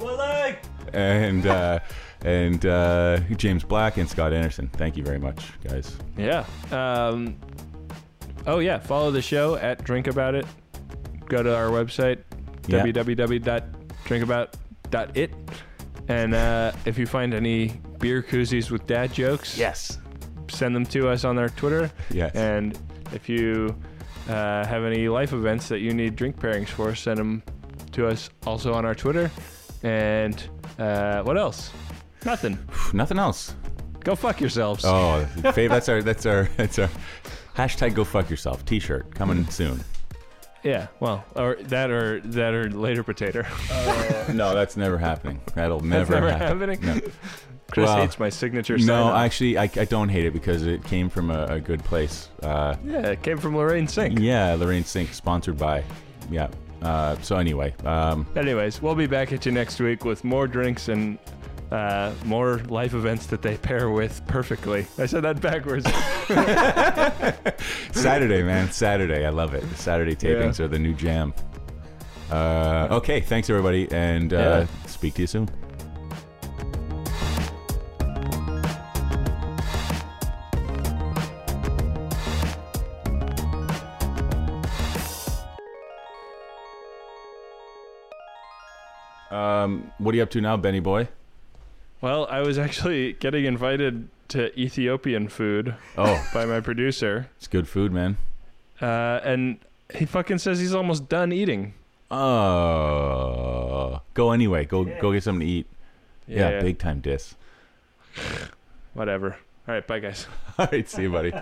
[SPEAKER 5] My leg!
[SPEAKER 3] And uh, and uh, James Black and Scott Anderson, thank you very much, guys.
[SPEAKER 2] Yeah. Um, oh, yeah. Follow the show at Drink About It. Go to our website,
[SPEAKER 3] Yeah.
[SPEAKER 2] www.drinkabout.it. And uh, if you find any beer koozies with dad jokes,
[SPEAKER 3] Yes.
[SPEAKER 2] send them to us on our Twitter.
[SPEAKER 3] Yes.
[SPEAKER 2] And if you uh, have any life events that you need drink pairings for, send them to us also on our Twitter. And uh, what else? Nothing.
[SPEAKER 3] Nothing else.
[SPEAKER 2] Go fuck yourselves.
[SPEAKER 3] Oh, fave. That's our. That's our. That's our. Hashtag go fuck yourself T-shirt coming soon.
[SPEAKER 2] Yeah, well, or that or that or later potato.
[SPEAKER 3] No, that's never happening. That'll never,
[SPEAKER 2] never
[SPEAKER 3] happen.
[SPEAKER 2] happening?
[SPEAKER 3] No.
[SPEAKER 2] Chris
[SPEAKER 3] Well,
[SPEAKER 2] hates my signature.
[SPEAKER 3] No,
[SPEAKER 2] sign-off.
[SPEAKER 3] actually, I, I don't hate it because it came from a, a good place. Uh,
[SPEAKER 2] yeah, it came from Lorraine Sink.
[SPEAKER 3] yeah, Lorraine Sink, sponsored by. Yeah. Uh, so anyway, um,
[SPEAKER 2] Anyways, we'll be back at you next week with more drinks and uh, more life events that they pair with perfectly. I said that backwards.
[SPEAKER 3] Saturday, man, Saturday. I love it. The Saturday tapings are the new jam. Uh, okay, thanks everybody, and uh, speak to you soon. Um, what are you up to now, Benny boy?
[SPEAKER 2] well, I was actually getting invited to Ethiopian food
[SPEAKER 3] Oh,
[SPEAKER 2] by my producer,
[SPEAKER 3] it's good food, man.
[SPEAKER 2] uh, and he fucking says he's almost done eating.
[SPEAKER 3] Oh, go anyway. Go go get something to eat. Yeah, big time diss.
[SPEAKER 2] whatever. All right, bye guys.
[SPEAKER 3] All right, see you, buddy.